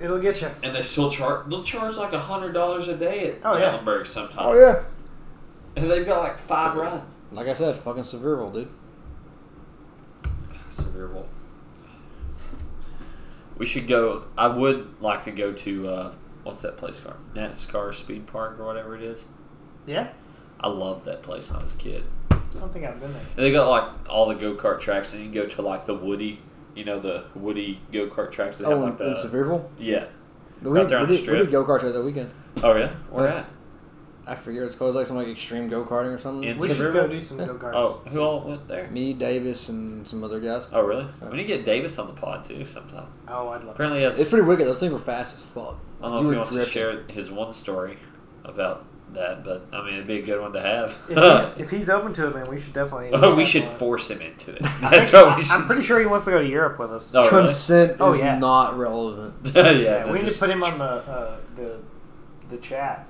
It'll get you. and they still charge. They'll charge like hundred dollars a day at Oh, yeah. Gatlinburg sometimes. oh yeah. and they've got like five runs. Like I said, fucking survival, dude. Sevierville. We should go. I would like to go to uh, what's that place called? NASCAR Speed Park or whatever it is. Yeah. I loved that place when I was a kid. I don't think I've been there. And they got like all the go kart tracks, and you can go to like the Woody, you know, the Woody go kart tracks that have Oh, like in, in the survival. yeah. We, Right did- there on we, the did, we strip. did go kart that weekend. Oh yeah, where at? I forget what it's called. It's like some like extreme go karting or something. In We should Sevierville? go do some go karts. Oh, who all went there? Me, Davis, and some other guys. Oh really? We need to get Davis on the pod too sometime. Oh, I'd love. Apparently, he has It's pretty wicked. Those things were fast as fuck. I Like, don't know if he you were wants to drifting. share his one story about that, but I mean, it'd be a good one to have. If he's, if he's open to it, man, we should definitely. Oh, we should I force him into it. think- That's what we should. I'm pretty sure he wants to go to Europe with us. Oh, really? Consent Oh, is yeah. not relevant. yeah, yeah, we that need to just- put him on the uh, the the chat.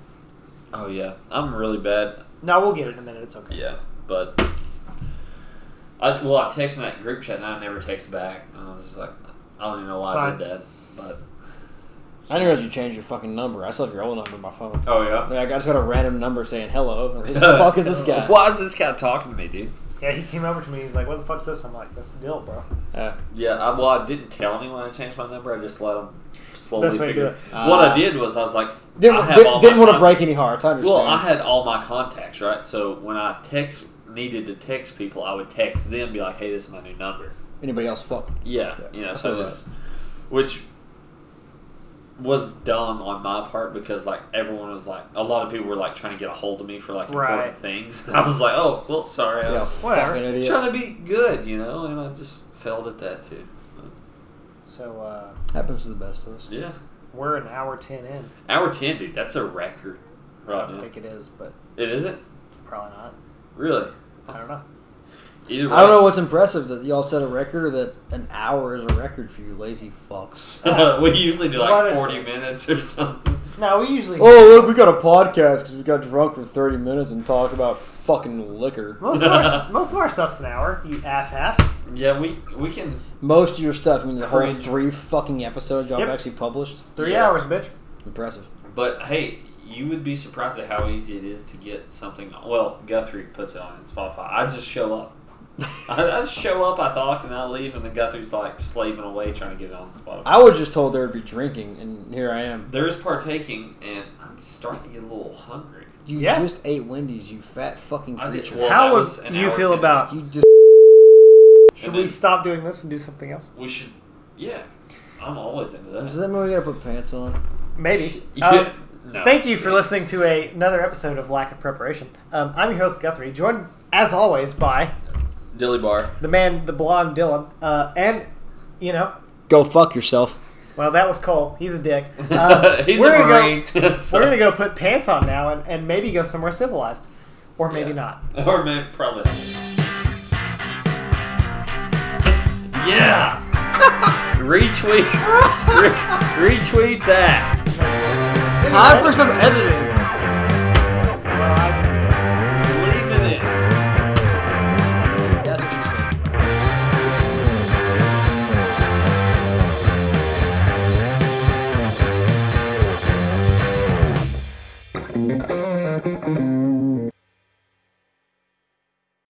Oh yeah, I'm really bad. No, we'll get it in a minute. It's okay. Yeah, but I well, I texted in that group chat and I never text back, and I was just like, I don't even know why I It's did that. But I didn't realize you changed your fucking number. I still have your old number on my phone. oh yeah, Like, I just got a random number saying hello. Like, Who the fuck is this guy? Why is this guy talking to me, dude? Yeah, he came over to me. He's like, "What the fuck's this?" I'm like, "That's the deal, bro." Uh, Yeah, I, well, I didn't tell anyone I changed my number. I just let him slowly best way to figure. do it. what Ah. I did was I was like, I didn't have all didn't, my didn't want to con- break any hearts. I understand. Well, I had all my contacts, right? So when I text needed to text people, I would text them, be like, "Hey, this is my new number." Anybody else? Fuck. Yeah, Yeah. you know, I so feel that. it's which was dumb on my part because like everyone was like, a lot of people were like trying to get a hold of me for like Right. important things. I was like, "Oh, well, sorry, I Yeah, was Whatever. fucking idiot. trying to be good," you know, and I just failed at that too. So uh, Happens to the best of us. Yeah, we're an hour ten in. hour ten, dude, that's a record. I Right, don't now. think it is, but it isn't probably not. really. I don't know. Either way, I don't know what's impressive that y'all set a record or that an hour is a record for you lazy fucks. we usually do What like a- 40 minutes or something. No, we usually. Oh, look, we got a podcast because we got drunk for 30 minutes and talked about fucking liquor. Most of, our, most of our stuff's an hour, you ass half. Yeah, we we can. Most of your stuff, I mean, the whole Cringe. three fucking episodes y'all have Yep. actually published. Three Yeah. hours, bitch. Impressive. But hey, you would be surprised at how easy it is to get something. Well, Guthrie puts it on in Spotify. I just show up. I, I just show up. I talk and I leave, and then Guthrie's like slaving away trying to get it on Spotify. I was just told there would be drinking, and here I am. There is partaking, and I'm starting to get a little hungry. You Yeah. just ate Wendy's, you fat fucking I did- creature. well, that How would was an you hour feel ten. about? you just. Should And we then- stop doing this and do something else? We should. Yeah, I'm always into Does that. that mean we gotta put pants on? Maybe. Yeah, Um, no. Thank you for listening to a, another episode of Lack of Preparation. Um, I'm your host Guthrie, joined as always by Dilly Bar. the man, the blonde Dylan, uh, and you know, Go fuck yourself. well, that was Cole. He's a dick. Um, He's we're a gonna go- marine. so- we're gonna go put pants on now and, and maybe go somewhere civilized, or maybe Yeah. not. Or man, probably. yeah. retweet. re- retweet that. Time for some editing.